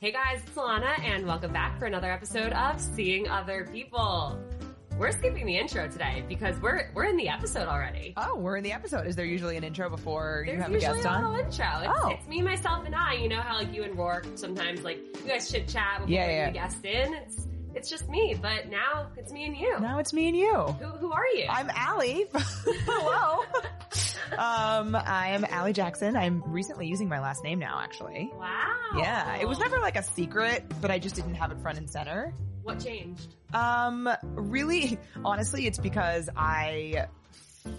Hey guys, it's Alana, and welcome back for another episode of Seeing Other People. We're skipping the intro today because we're we're in the episode already. Oh, we're in the episode. Is there usually an intro before There's you have a usually guest a on? little intro. It's, Oh. it's me, myself, and I. You know how like you and Rourke sometimes like you guys chit chat before Yeah, bringing yeah. the guest in. It's it's just me, but now it's me and you. Now it's me and you. Who who are you? I'm Allie. Hello. um, I am Allie Jackson. I'm recently using my last name now, actually. wow. Yeah, it was never like a secret, but I just didn't have it front and center. what changed. Um, really, honestly, it's because I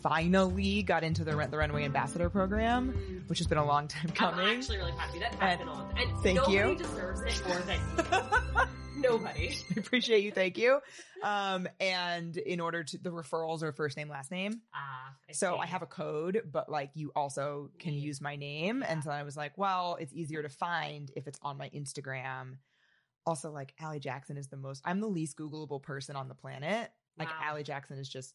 finally got into the Rent the Runway Ambassador program, Mm. which has been a long time I'm coming. actually really happy that happened. And, and thank nobody you. deserves it more than you. nobody. I appreciate you. Thank you. Um, and in order to, the referrals are first name, last name. Ah, So I see. Mm-hmm. have a code, but like you also can Yeah. use my name. And so I was like, well, it's easier to find if it's on my Instagram. Also, like Allie Jackson is the most, I'm the least Googleable person on the planet. Like Wow. Allie Jackson is just,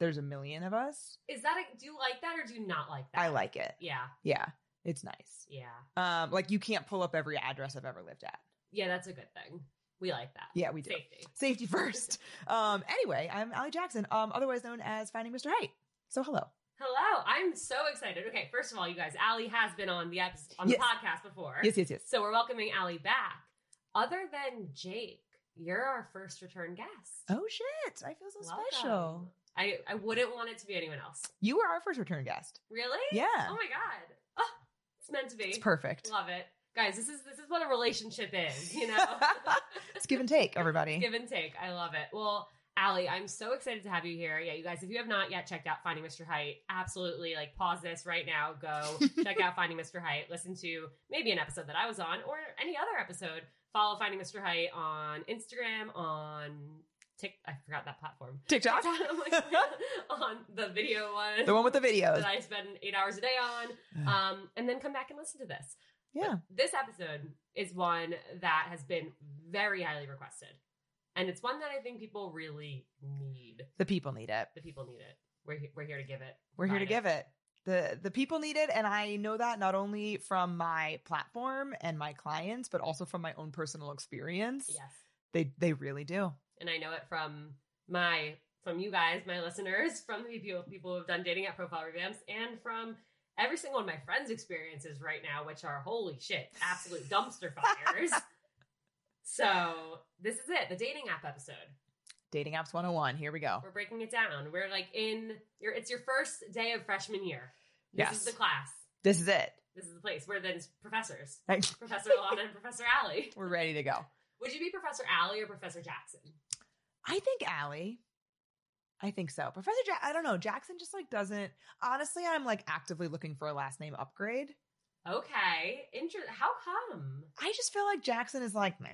there's a million of us. Is that a, do you like that or do you not like that? I like it. Yeah, Yeah. It's nice. yeah, Um, like you can't pull up every address I've ever lived at. yeah. That's a good thing. We like that. Yeah, we do. Safety. Safety first. um, anyway, I'm Allie Jackson, um, otherwise known as Finding Mr. Height. So hello. Hello, I'm so excited. Okay, first of all, you guys, Allie has been on the episode, on the Yes. podcast before, Yes, yes, yes. so we're welcoming Allie back. Other than Jake, you're our first return guest. Oh shit. I feel so Welcome. special. I I wouldn't want it to be anyone else. You were our first return guest. Really? Yeah. Oh my god. Oh, it's meant to be. It's perfect. Love it, guys. This is this is what a relationship is, you know. It's give and take, everybody. Give and take. I love it. Well, Allie, I'm so excited to have you here. Yeah, you guys, if you have not yet checked out Finding Mr. Height, absolutely like pause this right now. Go check out Finding Mr. Height. Listen to maybe an episode that I was on or any other episode. Follow Finding Mr. Height on Instagram, on Tik. I forgot that platform. TikTok? I'm like, on the video one the one with the videos. that I spend eight hours a day on. Um, and then come back and listen to this. yeah. But This episode is one that has been very highly requested. And it's one that I think people really need. The people need it. The people need it. We're, he- we're here to give it. We're here to Provide give it. The the people need it. And I know that not only from my platform and my clients, but also from my own personal experience. Yes. They they really do. And I know it from my, from you guys, my listeners, from the people, people who have done dating app profile revamps, and from every single one of my friends' experiences right now, which are holy shit, absolute dumpster fires. so this is it, the dating app episode. Dating apps 101. Here we go. We're breaking it down. We're like in your it's your first day of freshman year. This is Yes. the class. This is it. This is the place. We're then professors. Like, Professor Alana and Professor Allie. We're ready to go. Would you be Professor Allie or Professor Jackson? I think Allie. I think so. Professor Jack I don't know. Jackson just like doesn't honestly, I'm like actively looking for a last name upgrade. Okay. Inter- how come? I just feel like Jackson is like, meh.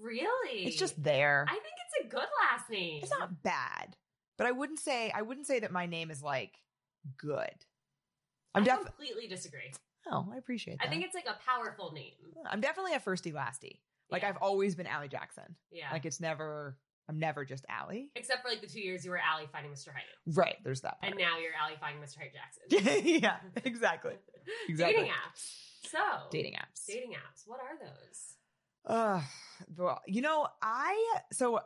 Really? It's just there. I think it's a good last name. It's not bad, but I wouldn't say I wouldn't say that my name is like good. I'm I definitely. completely disagree. Oh, I appreciate. That. I think it's like a powerful name. I'm definitely a firsty lasty. Like Yeah. I've always been Allie Jackson. Yeah. Like it's never. I'm never just Allie. Except for like the two years you were Allie finding Mr. Hyde. Right. There's that. Part. And now you're Allie finding Mr. Hyde Jackson. yeah. Exactly. Exactly. Dating apps. So Dating apps. Dating apps. What are those? Ugh, well, you know, I so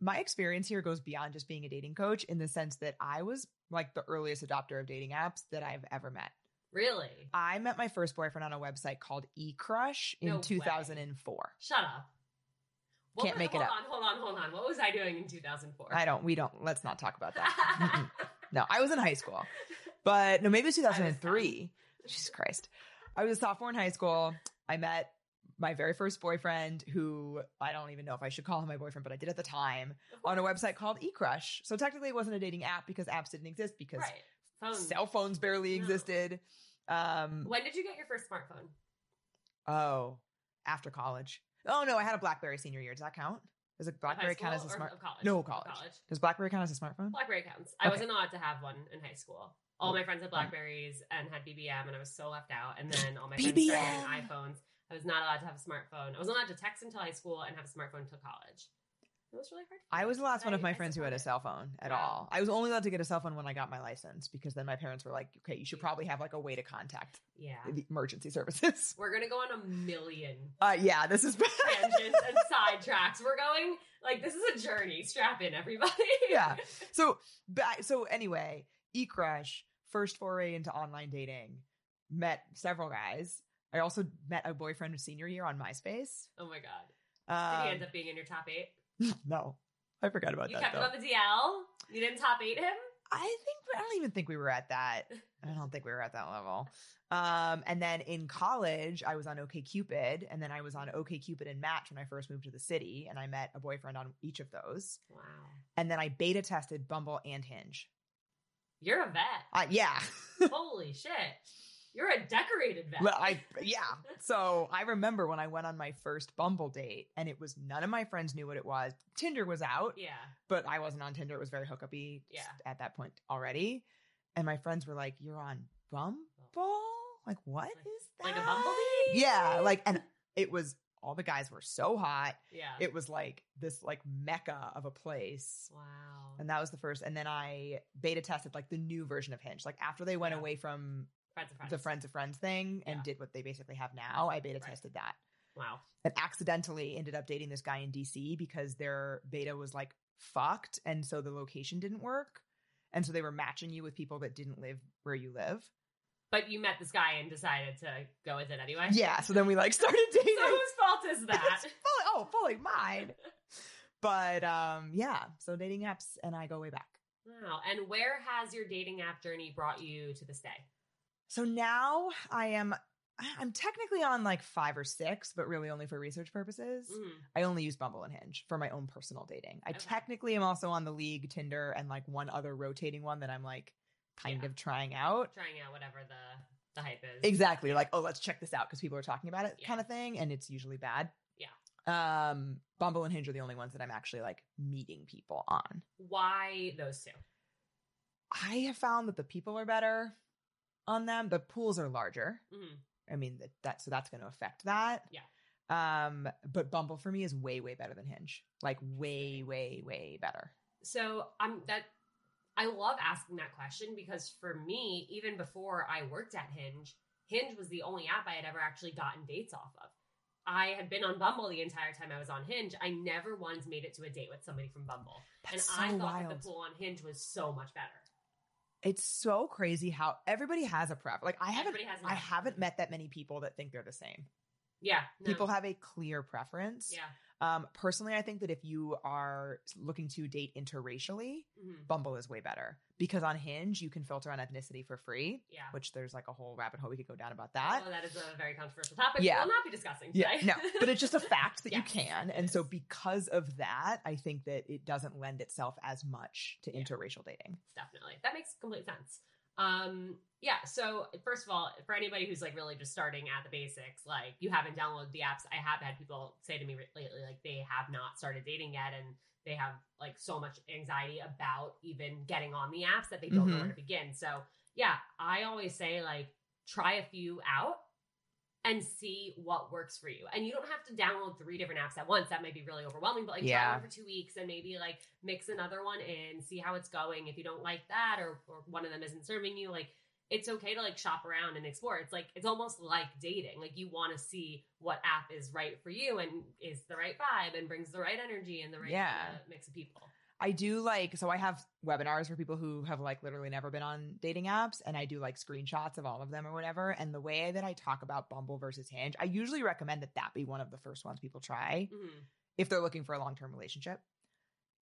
my experience here goes beyond just being a dating coach in the sense that I was like the earliest adopter of dating apps that I've ever met. Really? I met my first boyfriend on a website called eCrush in No way. 2004. Shut up. Can't make it hold up. on, hold on, hold on. What was I doing in 2004? I don't, we don't, let's not talk about that. Mm-mm. no, I was in high school, but no, maybe it was 2003. Jesus Christ. I was a sophomore in high school. I met my very first boyfriend who I don't even know if I should call him my boyfriend, but I did at the time. on a website called eCrush. So technically, it wasn't a dating app because apps didn't exist because Right. Phone. cell phones barely No. existed. Um, when did you get your first smartphone? oh, after college. Oh no, I had a BlackBerry senior year. Does that count? Does a High BlackBerry count as school a or smart? of college? No, Of college. Does BlackBerry count as a smartphone? BlackBerry counts. I Okay. wasn't allowed to have one in high school. All my friends had Blackberries and had BBM, and I was so left out. And then all my friends started BBM. having iPhones. I was not allowed to have a smartphone. I was not allowed to text until high school and have a smartphone until college. It was really hard. I was the last one of I- my I friends who had a support cell phone at Wow. all. I was only allowed to get a cell phone when I got my license because then my parents were like, okay, you should probably have like a way to contact it. Yeah. the emergency services. We're gonna go on a million Uh, yeah, this is bad. tangents and sidetracks. We're going like this is a journey. Strap in, everybody. yeah. So, ba- so anyway, eCrush, first foray into online dating, met several guys. I also met a boyfriend of senior year on MySpace. Oh my god. Did he Um, end up being in your top eight? no, I forgot about You that. kept Though. him on the DL. You didn't top eight him. I think I don't even think we were at that. I don't think we were at that level. Um, and then in college, I was on OKCupid, and then I was on OKCupid and Match when I first moved to the city, and I met a boyfriend on each of those. Wow. And then I beta tested Bumble and Hinge. You're a vet. Uh, yeah, Holy shit. You're a decorated vet. Well, I yeah. So I remember when I went on my first Bumble date, and it was none of my friends knew what it was. Tinder was out, Yeah. but I wasn't on Tinder. It was very hookup-y Yeah. at that point already. And my friends were like, "You're on Bumble? Like what is that? Oh. Like a bumblebee? Yeah, like and it was all the guys were so hot. Yeah. It was like this like mecca of a place. wow. And that was the first. And then I beta tested like the new version of Hinge. Like after they went Yeah. away from friends of friends. the friends of friends thing and Yeah. did what they basically have now, I beta Right. tested that Wow. and accidentally ended up dating this guy in DC because their beta was like fucked. And so the location didn't work. And so they were matching you with people that didn't live where you live. But you met this guy and decided to go with it anyway. Yeah. So then we like started dating. So whose fault is that? It's fully- oh, fully mine. But um, yeah, so dating apps and I go way back. wow. And where has your dating app journey brought you to this day? So now I am I'm technically on like five or six, but really only for research purposes. Mm. I only use Bumble and Hinge for my own personal dating. I Okay. technically am also on the League, Tinder, and like one other rotating one that I'm like kind Yeah. of trying out. Trying out whatever the, the hype is. Exactly. Like, oh, let's check this out because people are talking about it Yeah. kind of thing. And it's usually bad. Yeah. Um, Bumble and Hinge are the only ones that I'm actually like meeting people on. Why those two? I have found that the people are better on them. The pools are larger. Mm. I mean, that, that so that's going to affect that. Yeah. Um, but Bumble for me is way way better than Hinge. Like way way way better. So I'm that I love asking that question because for me, even before I worked at Hinge, Hinge was the only app I had ever actually gotten dates off of. I had been on Bumble the entire time I was on Hinge. I never once made it to a date with somebody from Bumble. and That's I so thought wild. that the pool on Hinge was so much better. it's so crazy how everybody has a prep. Like I haven't Everybody has an I app. haven't met that many people that think they're the same. Yeah. no. People have a clear preference. Yeah. Um personally I think that if you are looking to date interracially, mhm, Bumble is way better because on Hinge you can filter on ethnicity for free, Yeah. which there's like a whole rabbit hole we could go down about that. Although that is a very controversial topic. Yeah. We'll not be discussing Yeah, today. no, but it's just a fact that you Yes, can. it And so, is. because of that, I think that it doesn't lend itself as much to Yeah. interracial dating. definitely. That makes complete sense. Um, yeah. So first of all, for anybody who's like really just starting at the basics, like you haven't downloaded the apps. I have had people say to me re- lately, like they have not started dating yet, and they have like so much anxiety about even getting on the apps that they Mm-hmm. don't know where to begin. So yeah, I always say like try a few out and see what works for you. And you don't have to download three different apps at once. That might be really overwhelming, but like Yeah. try one for two weeks and maybe like mix another one in, see how it's going. If you don't like that or, or one of them isn't serving you, like it's okay to like shop around and explore. It's like it's almost like dating. Like you want to see what app is right for you and is the right vibe and brings the right energy and the right Yeah. uh, mix of people. I do like so I have webinars for people who have like literally never been on dating apps and I do like screenshots of all of them or whatever and the way that I talk about Bumble versus Hinge I usually recommend that that be one of the first ones people try Mhm. if they're looking for a long-term relationship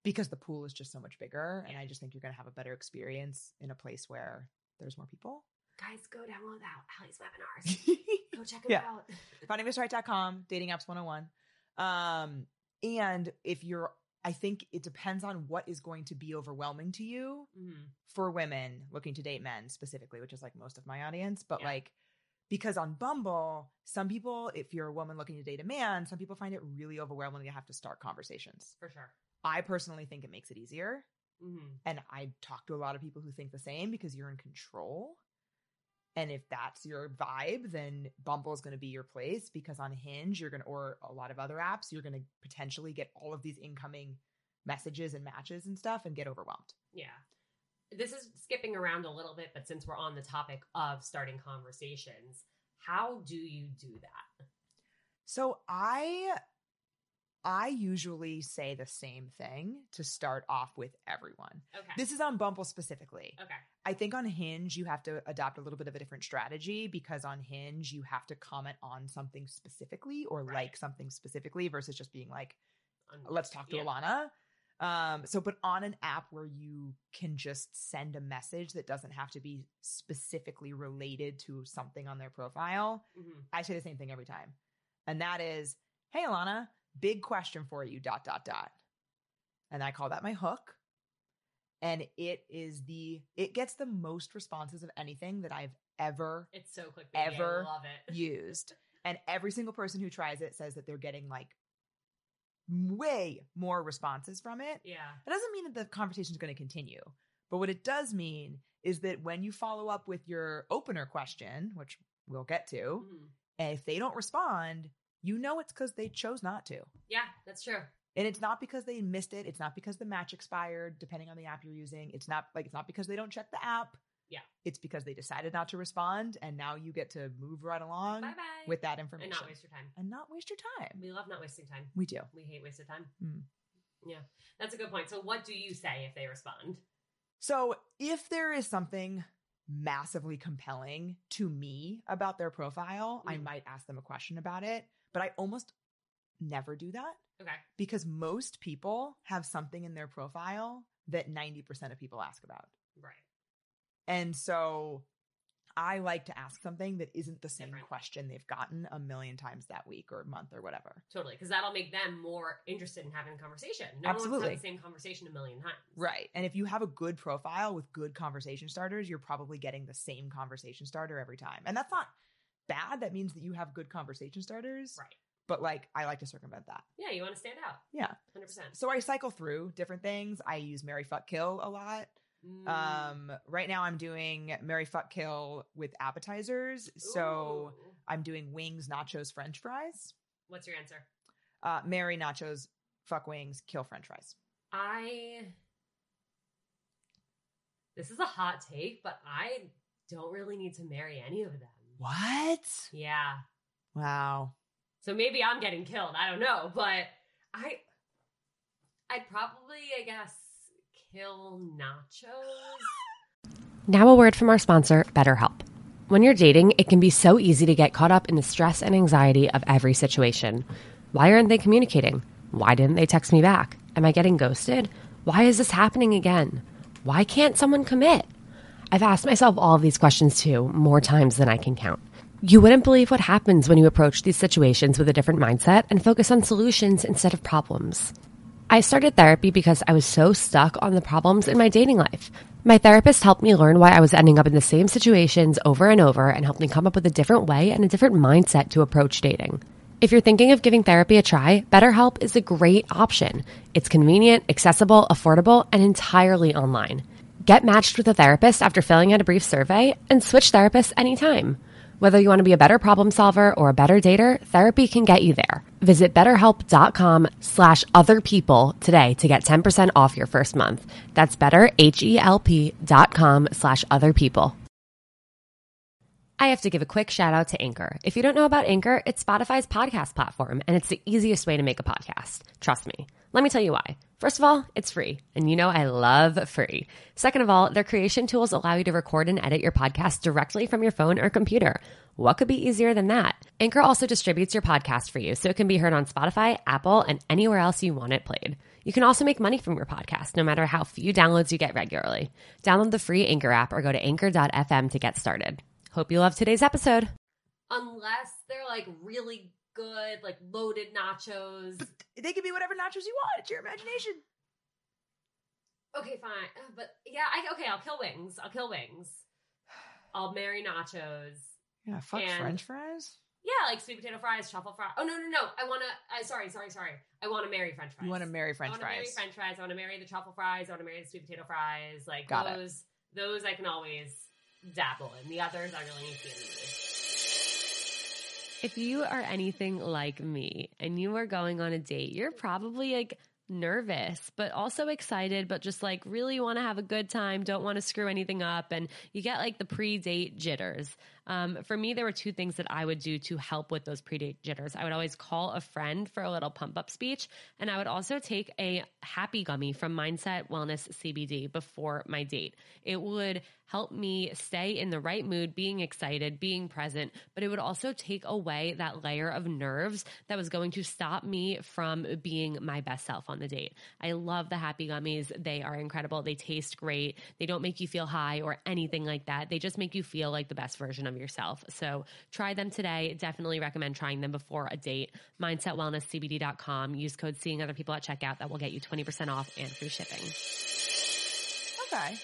because the pool is just so much bigger and Yeah. I just think you're going to have a better experience in a place where there's more people. Guys, go download out Allie's webinars. Go check them Yeah. out. findingmissright.com, dating apps 101. Um and if you're I think it depends on what is going to be overwhelming to you. Mhm. for women looking to date men specifically, which is like most of my audience, but Yeah. like because on Bumble, some people, if you're a woman looking to date a man, some people find it really overwhelming to have to start conversations. For sure. I personally think it makes it easier. hmm And I talk to a lot of people who think the same because you're in control. And if that's your vibe, then Bumble is going to be your place because on Hinge, you're going to, or a lot of other apps, you're going to potentially get all of these incoming messages and matches and stuff and get overwhelmed. Yeah. This is skipping around a little bit, but since we're on the topic of starting conversations, how do you do that? So I I usually say the same thing to start off with everyone. Okay. This is on Bumble specifically. okay. I think on Hinge, you have to adopt a little bit of a different strategy because on Hinge, you have to comment on something specifically or Right. like something specifically versus just being like, Um, let's talk to yeah. Alana. Um, so, but on an app where you can just send a message that doesn't have to be specifically related to something on their profile, Mhm. I say the same thing every time. And that is, hey, Alana, big question for you, dot, dot, dot. And I call that my hook. And it is the, it gets the most responses of anything that I've ever It's so quick. baby. Ever I love it. used. And every single person who tries it says that they're getting like way more responses from it. yeah. That doesn't mean that the conversation is going to continue. But what it does mean is that when you follow up with your opener question, which we'll get to, Mhm. and if they don't respond, you know it's because they chose not to. Yeah, that's true. And it's not because they missed it. It's not because the match expired, depending on the app you're using. It's not like it's not because they don't check the app. Yeah. It's because they decided not to respond. And now you get to move right along Bye bye. with that and information. not waste your time. And not waste your time. We love not wasting time. We do. We hate wasted time. Mm. Yeah, that's a good point. So, what do you say if they respond? So if there is something massively compelling to me about their profile, I Mhm. might ask them a question about it. But I almost never do that. Okay. because most people have something in their profile that 90% of people ask about. Right. And so I like to ask something that isn't the same Different. question they've gotten a million times that week or month or whatever. Totally. Because that'll make them more interested in having a conversation. No one's Absolutely. had the same conversation a million times. Right. And if you have a good profile with good conversation starters, you're probably getting the same conversation starter every time. And that's not bad. That means that you have good conversation starters. Right. But like, I like to circumvent that. Yeah, you want to stand out. Yeah. 100%. So I cycle through different things. I use Mary Fuck Kill a lot. Mm. Um, right now I'm doing Mary Fuck Kill with appetizers. So Ooh. I'm doing wings, nachos, french fries. what's your answer? Uh, Mary nachos, fuck wings, kill french fries. I. This is a hot take, but I don't really need to marry any of them. What? Yeah. Wow. So maybe I'm getting killed. I don't know, but I I'd probably, I guess, kill nachos. Now a word from our sponsor, BetterHelp. When you're dating, it can be so easy to get caught up in the stress and anxiety of every situation. Why aren't they communicating? Why didn't they text me back? Am I getting ghosted? Why is this happening again? Why can't someone commit? I've asked myself all of these questions too, more times than I can count. You wouldn't believe what happens when you approach these situations with a different mindset and focus on solutions instead of problems. I started therapy because I was so stuck on the problems in my dating life. My therapist helped me learn why I was ending up in the same situations over and over and helped me come up with a different way and a different mindset to approach dating. If you're thinking of giving therapy a try, BetterHelp is a great option. It's convenient, accessible, affordable, and entirely online. Get matched with a therapist after filling out a brief survey and switch therapists anytime. Whether you want to be a better problem solver or a better dater, therapy can get you there. Visit betterhelp.com slash other people today to get 10% off your first month. That's E betterhelp.com slash other people. I have to give a quick shout out to Anchor. If you don't know about Anchor, it's Spotify's podcast platform, and it's the easiest way to make a podcast. Trust me. Let me tell you why. First of all, it's free, and you know I love free. Second of all, their creation tools allow you to record and edit your podcast directly from your phone or computer. What could be easier than that? Anchor also distributes your podcast for you, so it can be heard on Spotify, Apple, and anywhere else you want it played. You can also make money from your podcast, no matter how few downloads you get regularly. Download the free Anchor app or go to anchor.fm to get started. Hope you love today's episode. Unless they're like really good, like loaded nachos. But they can be whatever nachos you want. It's your imagination. Okay, fine. Uh, But yeah, I okay, I'll kill wings. I'll kill wings. I'll marry nachos. Yeah, fuck And- french fries. Yeah, like sweet potato fries, truffle fries. Oh no, no, no. I wanna I sorry, sorry, sorry. I wanna marry French fries. You want to marry I french wanna marry fries. French fries. I wanna marry the truffle fries. I wanna marry the sweet potato fries. Like Got it. those those I can always dabble in. The others I really need to get if you are anything like me and you are going on a date, you're probably like nervous, but also excited, but just like really want to have a good time, don't want to screw anything up. And you get like the pre date jitters. Um, for me, there were two things that I would do to help with those pre date jitters. I would always call a friend for a little pump up speech, and I would also take a happy gummy from Mindset Wellness CBD before my date. It would help me stay in the right mood, being excited, being present, but it would also take away that layer of nerves that was going to stop me from being my best self on the date. I love the happy gummies. They are incredible. They taste great. They don't make you feel high or anything like that. They just make you feel like the best version of yourself. So try them today. Definitely recommend trying them before a date. MindsetWellnessCBD.com. Use code seeing other people at checkout. That will get you 20% off and free shipping. Okay.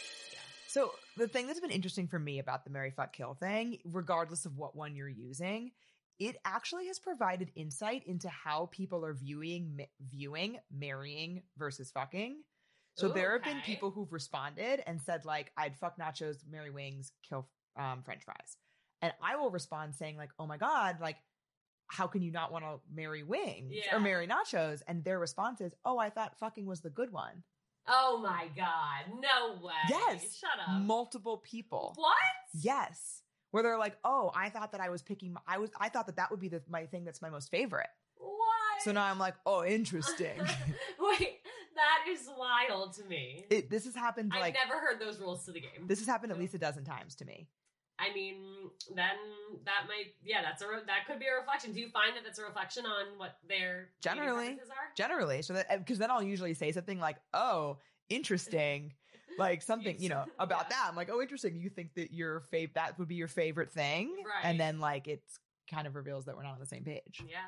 So the thing that's been interesting for me about the Mary Fuck Kill thing, regardless of what one you're using, it actually has provided insight into how people are viewing ma- viewing marrying versus fucking. So Ooh, there have been okay. people who've responded and said like, "I'd fuck nachos, marry wings, kill um, French fries," and I will respond saying like, "Oh my god, like." How can you not want to marry wings Yeah. or marry nachos? And their response is, "Oh, I thought fucking was the good one." Oh my god! No way. Yes. Shut up. Multiple people. what? Yes. Where they're like, oh, I thought that I was picking, my, I was, I thought that that would be the, my thing that's my most favorite. What? So now I'm like, oh, interesting. Wait, that is wild to me. it, this has happened I've like, never heard those rules to the game. this has happened at least a dozen times to me. I mean, then that might, yeah, that's a re- that could be a reflection. Do you find that that's a reflection on what their dating Generally. preferences are? Generally. So that, eh, cause then I'll usually say something like, oh, interesting. Like something, you know, about Yeah. that. I'm like, oh, interesting. You think that your fav, that would be your favorite thing. Right. And then like, it's kind of reveals that we're not on the same page. Yeah,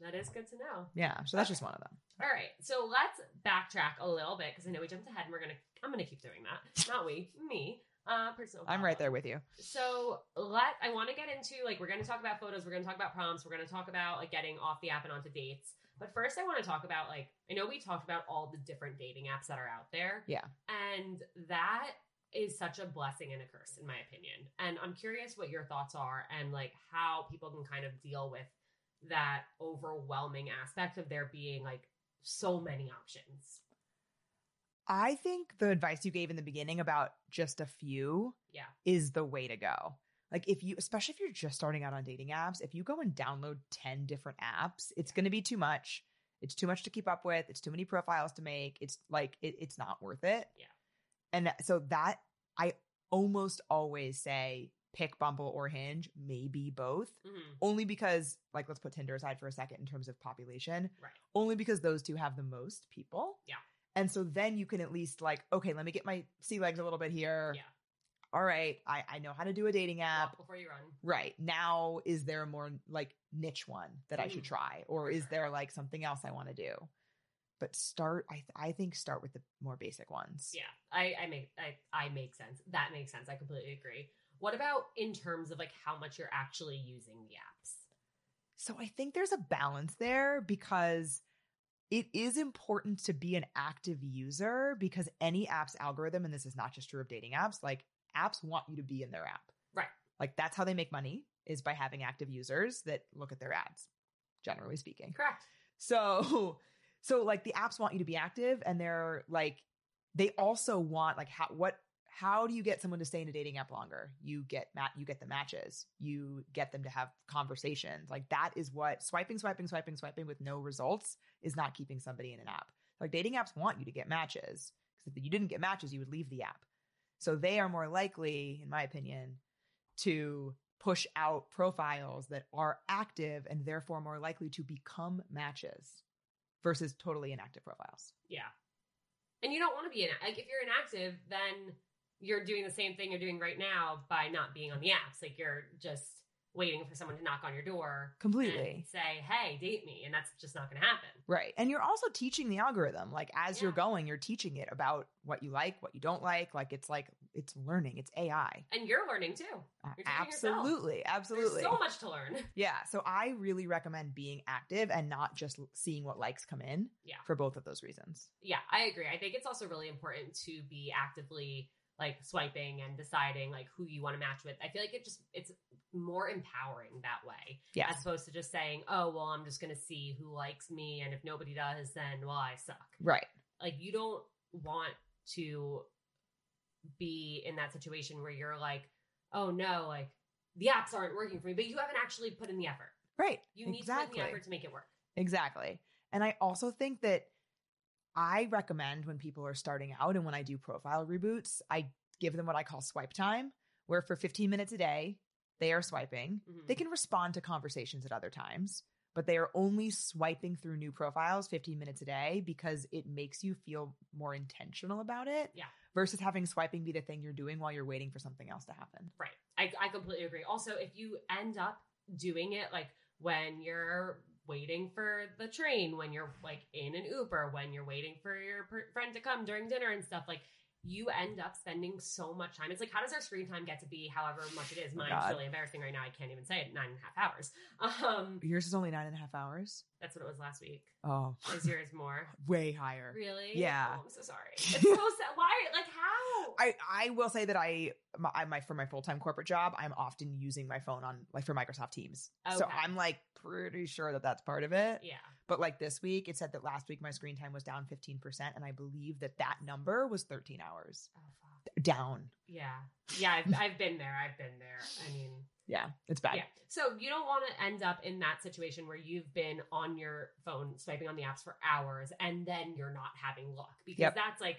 that is good to know. Yeah. So that's just one of them. All right, so let's backtrack a little bit because I know we jumped ahead, and we're gonna. I'm gonna keep doing that. Not we, me. Uh, personal. I'm follow-up. right there with you. So let I want to get into like we're going to talk about photos, we're going to talk about prompts, we're going to talk about like getting off the app and onto dates. But first, I want to talk about like I know we talked about all the different dating apps that are out there. Yeah. and that is such a blessing and a curse in my opinion. And I'm curious what your thoughts are and like how people can kind of deal with that overwhelming aspect of there being like so many options. I think the advice you gave in the beginning about just a few Yeah. is the way to go. Like if you especially if you're just starting out on dating apps, if you go and download 10 different apps, it's going to be too much. It's too much to keep up with. It's too many profiles to make. It's like it, it's not worth it. Yeah. And that- so that I almost always say pick Bumble or Hinge, maybe both Mhm. only because like let's put Tinder aside for a second in terms of population. Right. Only because those two have the most people. Yeah. And so then you can at least like, okay, let me get my sea legs a little bit here. Yeah. All right. I, I know how to do a dating app. Walk before you run. Right. Now is there a more like niche one that I should Mhm. try? Or For is sure. there like something else I want to do? But start I th- I think start with the more basic ones. Yeah, I, I make I, I make sense. That makes sense. I completely agree. What about in terms of like how much you're actually using the apps? So I think there's a balance there because it is important to be an active user because any app's algorithm, and this is not just true of dating apps, like apps want you to be in their app. Right. Like that's how they make money is by having active users that look at their ads, generally speaking. Correct. So, so like the apps want you to be active and they're like, they also want like how, what, how do you get someone to stay in a dating app longer? You get mat, you get the matches, you get them to have conversations. Like that is what swiping, swiping, swiping, swiping with no results is not keeping somebody in an app. Like dating apps want you to get matches because if you didn't get matches, you would leave the app. So they are more likely, in my opinion, to push out profiles that are active and therefore more likely to become matches versus totally inactive profiles. Yeah. And you don't want to be in like if you're inactive, then you're doing the same thing you're doing right now by not being on the apps. Like you're just waiting for someone to knock on your door and Completely. say, "Hey, date me," and that's just not going to happen. Right. And you're also teaching the algorithm. Like as you're Yeah. going, you're teaching it about what you like, what you don't like. Like it's like it's learning. It's AI. And you're learning too. Uh, You're teaching yourself. absolutely. Absolutely. There's so much to learn. yeah. So I really recommend being active and not just l- seeing what likes come in Yeah. for both of those reasons. yeah, I agree. I think it's also really important to be actively like swiping and deciding like who you want to match with. I feel like it just it's more empowering that way. Yes. As opposed to just saying, Oh, well, I'm just gonna see who likes me and if nobody does, then well I suck. Right. Like you don't want to be in that situation where you're like, Oh no, like the apps aren't working for me, but you haven't actually put in the effort. Right. You need to put in the effort to make it work. Exactly. And I also think that I recommend when people are starting out and when I do profile reboots, I give them what I call swipe time, where for 15 minutes a day, they are swiping. Mhm. They can respond to conversations at other times, but they are only swiping through new profiles 15 minutes a day because it makes you feel more intentional about it. Yeah. Versus having swiping be the thing you're doing while you're waiting for something else to happen. Right. I, I completely agree. Also, if you end up doing it like when you're waiting for the train, when you're like in an Uber, when you're waiting for your per- friend to come during dinner and stuff, like you end up spending so much time. It's like, how does our screen time get to be however much it is? Mine's Oh, God. really embarrassing right now. I can't even say it. Nine and a half hours. Um, Yours is only nine and a half hours. that's what it was last week. Oh, Is yours more? way higher. Really? Yeah. Oh, I'm so sorry. It's so sad. Why? Like, how? I, I will say that I my, I- my for my full time corporate job I'm often using my phone on like for Microsoft Teams, so Okay. I'm like pretty sure that that's part of it. yeah. But like this week, it said that last week my screen time was down 15 percent, and I believe that that number was 13 hours Oh, fuck. down. Yeah. Yeah, I've, I've been there. I've been there. I mean, Yeah, it's bad. yeah. So you don't want to end up in that situation where you've been on your phone swiping on the apps for hours and then you're not having luck because Yep. that's like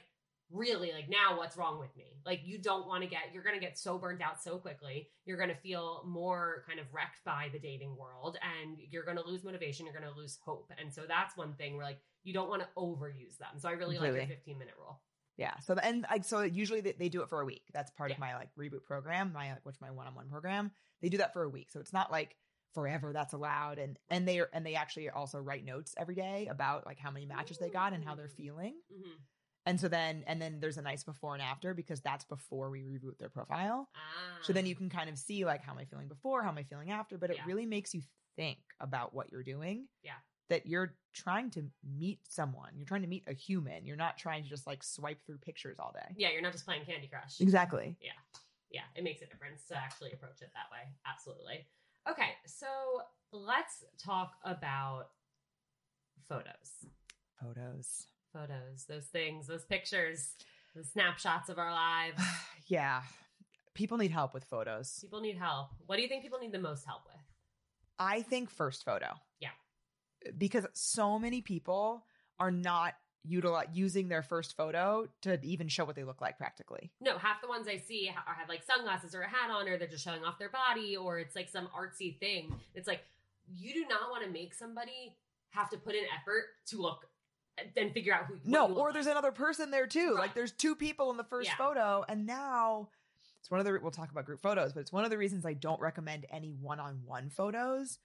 really like now what's wrong with me? Like you don't want to get you're going to get so burnt out so quickly. You're going to feel more kind of wrecked by the dating world and you're going to lose motivation, you're going to lose hope. And so that's one thing where like you don't want to overuse them. So I really like Completely. your 15 minute rule. Yeah. So the, and like so usually they, they do it for a week. That's part of Yeah. my like reboot program, my like, which my one on one program. They do that for a week, so it's not like forever that's allowed. And and they are and they actually also write notes every day about like how many matches they got and how they're Ooh. feeling. Mhm. And so then and then there's a nice before and after because that's before we reboot their profile. Ah. So then you can kind of see like how am I feeling before, how am I feeling after, but it Yeah. really makes you think about what you're doing. Yeah. That you're trying to meet someone. You're trying to meet a human. You're not trying to just like swipe through pictures all day. Yeah, you're not just playing Candy Crush. Exactly. yeah, it makes a difference to actually approach it that way. Absolutely. Okay, so let's talk about photos. Photos. Photos, those things, those pictures, the snapshots of our lives. yeah. People need help with photos. People need help. What do you think people need the most help with? I think first photo. Yeah. Because so many people are not utili- using their first photo to even show what they look like practically. No, half the ones I see ha- are have like sunglasses or a hat on, or they're just showing off their body, or it's like some artsy thing. It's like you do not want to make somebody have to put in effort to look uh, and figure out who. what No, you look or like. there's another person there too. Right. Like there's two people in the first Yeah. photo, and now it's one of the re- we'll talk about group photos, but it's one of the reasons I don't recommend any one-on-one photos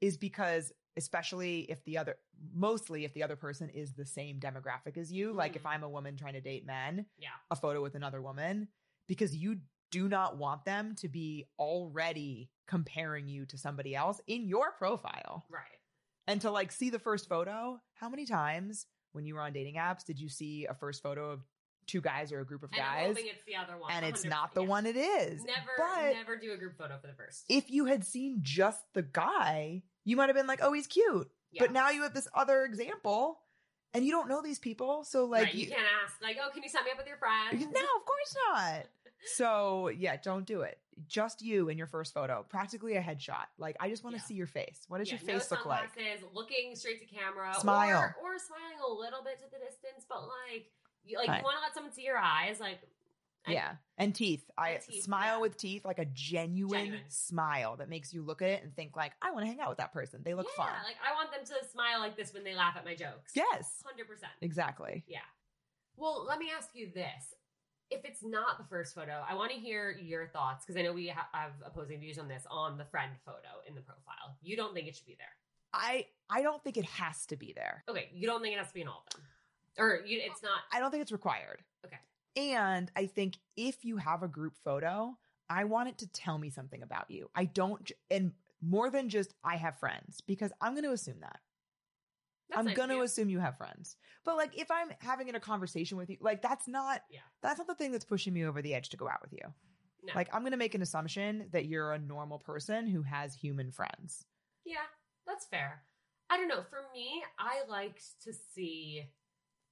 is because especially if the other mostly if the other person is the same demographic as you, like if Mhm. I'm a woman trying to date men, Yeah. a photo with another woman because you do not want them to be already comparing you to somebody else in your profile. right. And to like see the first photo, how many times when you were on dating apps did you see a first photo of two guys or a group of And I'm guys hoping it's the other one, and it's 100%, not the yeah. one it is? Never, But never do a group photo for the first. if you had seen just the guy, you might have been like, oh, he's cute. Yeah. But now you have this other example and you don't know these people. So, like, Right, you, you- can't ask like, "Oh, can you set me up with your friend?" no, of course not. So, yeah, don't do it. Just you in your first photo, practically a headshot. Like, I just want to Yeah. see your face. What does Yeah, your face no look like? sunglasses, Looking straight to camera, Smile. or, or smiling a little bit to the distance, but like, you, like Right. you want to let someone see your eyes, like, I- yeah. And teeth. I And teeth, smile yeah. with teeth, like a genuine, Genuine. smile that makes you look at it and think like, I want to hang out with that person. They look yeah, fun. like I want them to smile like this when they laugh at my jokes. yes. hundred percent. Exactly. Well, let me ask you this. If it's not the first photo, I want to hear your thoughts because I know we ha- have opposing views on this on the friend photo in the profile. You don't think it should be there. I I don't think it has to be there. Okay, you don't think it has to be in all of them, or you, it's not. I don't think it's required. Okay. And I think if you have a group photo, I want it to tell me something about you. I don't j- and more than just I have friends because I'm going to assume that. That's I'm nice gonna of you. assume you have friends. But like if I'm having a conversation with you, like that's not Yeah. that's not the thing that's pushing me over the edge to go out with you. No. Like I'm gonna make an assumption that you're a normal person who has human friends. Yeah, that's fair. I don't know. For me, I like to see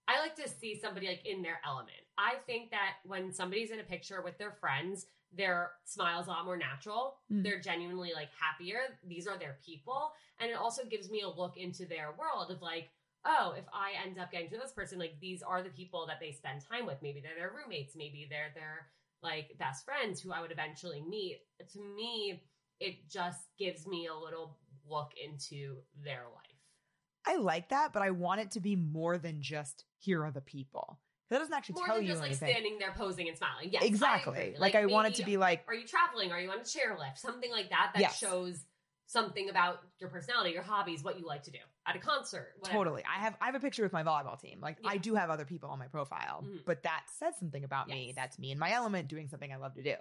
I like to see somebody like in their element. I think that when somebody's in a picture with their friends, their smile's a lot more natural. Mm. They're genuinely like happier. These are their people. And it also gives me a look into their world of like, oh, if I end up getting to this person, like these are the people that they spend time with. Maybe they're their roommates, maybe they're their like best friends who I would eventually meet. To me, it just gives me a little look into their life. I like that, but I want it to be more than just here are the people. That doesn't actually More tell than you just like anything. standing there posing and smiling. Yes, I exactly. agree. Like, I want it to maybe- be like Are you traveling? Are you on a chairlift? Something like that that Yes. shows something about your personality, your hobbies, what you like to do at a concert. Whatever. totally. I have I have a picture with my volleyball team. Like I Yeah. do have other people on my profile, Mhm. but that says something about me. Yes. That's me in my element doing something I love to do.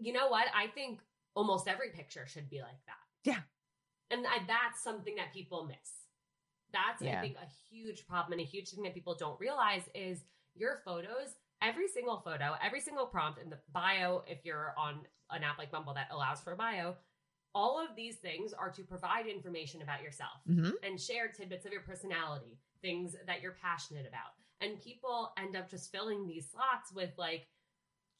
You know what? I think almost every picture should be like that. Yeah. and I, that's something that people miss. That's Yeah. I think a huge problem and a huge thing that people don't realize is your photos. Every single photo, every single prompt in the bio, if you're on an app like Bumble that allows for a bio, all of these things are to provide information about yourself. hmm and share tidbits of your personality, things that you're passionate about. And people end up just filling these slots with like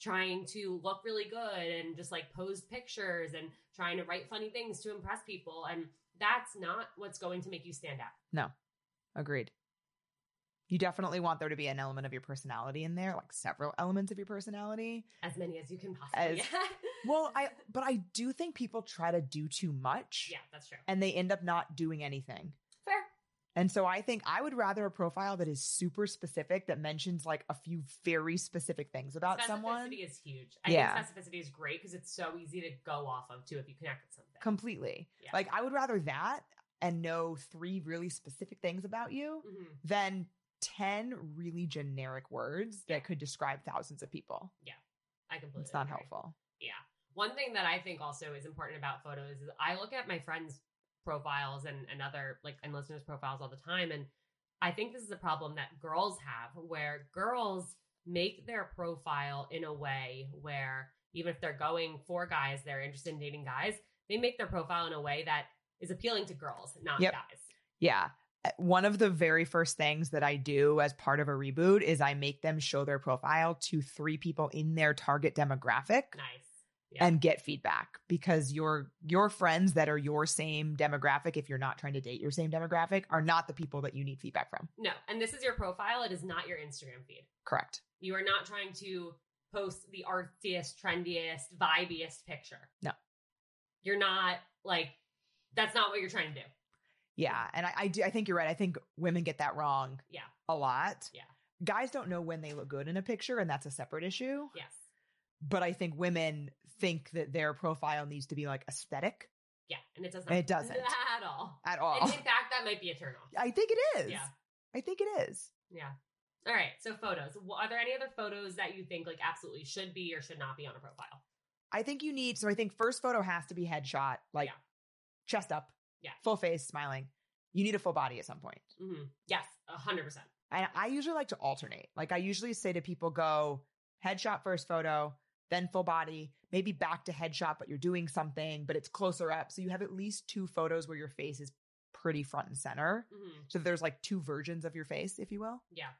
trying to look really good and just like pose pictures and trying to write funny things to impress people. And that's not what's going to make you stand out. Agreed. You definitely want there to be an element of your personality in there, like several elements of your personality. As many as you can possibly. As- Well, I but I do think people try to do too much yeah, that's true. and they end up not doing anything. Fair. And so I think I would rather a profile that is super specific that mentions like a few very specific things about specificity someone. is huge. I Yeah. think specificity is great because it's so easy to go off of too if you connect with something. completely. Yeah. Like I would rather that and know three really specific things about you Mhm. than 10 really generic words that could describe thousands of people. I completely. It's not agree. helpful. One thing that I think also is important about photos is I look at my friends' profiles and, and other like and listeners' profiles all the time. And I think this is a problem that girls have where girls make their profile in a way where even if they're going for guys, they're interested in dating guys, they make their profile in a way that is appealing to girls, not Yep. guys. Yeah. Uh, One of the very first things that I do as part of a reboot is I make them show their profile to three people in their target demographic Nice. Yeah. and get feedback because your your friends that are your same demographic if you're not trying to date your same demographic are not the people that you need feedback from. no, and this is your profile, it is not your Instagram feed. Correct. You are not trying to post the artsiest, trendiest, vibiest picture. No. You're not like, that's not what you're trying to do. Yeah, and I, I do. I think you're right. I think women get that wrong. Yeah. a lot. Yeah. guys don't know when they look good in a picture, and that's a separate issue. Yes. But I think women think that their profile needs to be like aesthetic Yeah. And it does not. It doesn't. At all. at And all. in fact, that might be a turn off. I think it is. Yeah. I think it is. Yeah. All right. So photos. Wh- Are there any other photos that you think like absolutely should be or should not be on a profile? I think you need. So I think first photo has to be headshot, like Yeah. chest up, Yeah. full face, smiling. You need a full body at some point. hmm Yes. A hundred percent. And I usually like to alternate. Like I usually say to people, go headshot first photo, then full body, maybe back to headshot, but you're doing something, but it's closer up. So you have at least two photos where your face is pretty front and center. hmm So there's like two versions of your face, if you will. Yeah.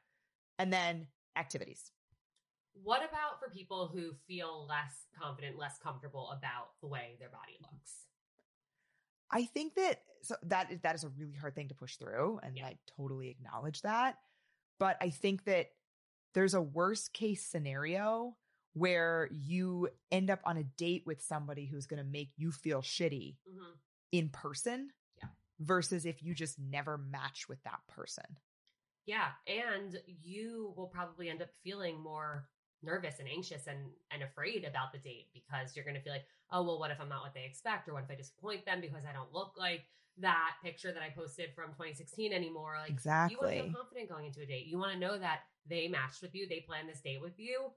And then activities. What about for people who feel less confident, less comfortable about the way their body looks? I think that so that is that is a really hard thing to push through, and Yeah. I totally acknowledge that. But I think that there's a worst case scenario where you end up on a date with somebody who's going to make you feel shitty hmm in person, Yeah. versus if you just never match with that person. Yeah, and you will probably end up feeling more nervous and anxious and and afraid about the date because you're going to feel like, oh well, what if I'm not what they expect, or what if I disappoint them because I don't look like that picture that I posted from 2016 anymore? Like, you want to feel Exactly. confident going into a date. You want to know that they matched with you, they planned this date with you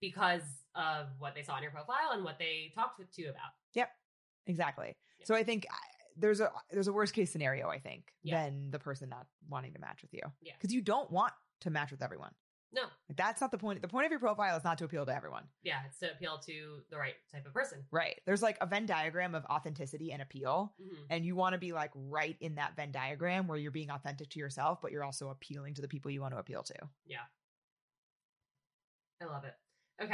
because of what they saw in your profile and what they talked with you about. Exactly. Yeah. So I think I- there's a there's a worst case scenario I think Yeah. than the person not wanting to match with you. Yeah. Because you don't want to match with everyone. No, Like, that's not the point. The point of your profile is not to appeal to everyone. yeah, it's to appeal to the right type of person. Right. There's like a Venn diagram of authenticity and appeal. Mhm. And you want to be like right in that Venn diagram where you're being authentic to yourself, but you're also appealing to the people you want to appeal to. I love it. Okay,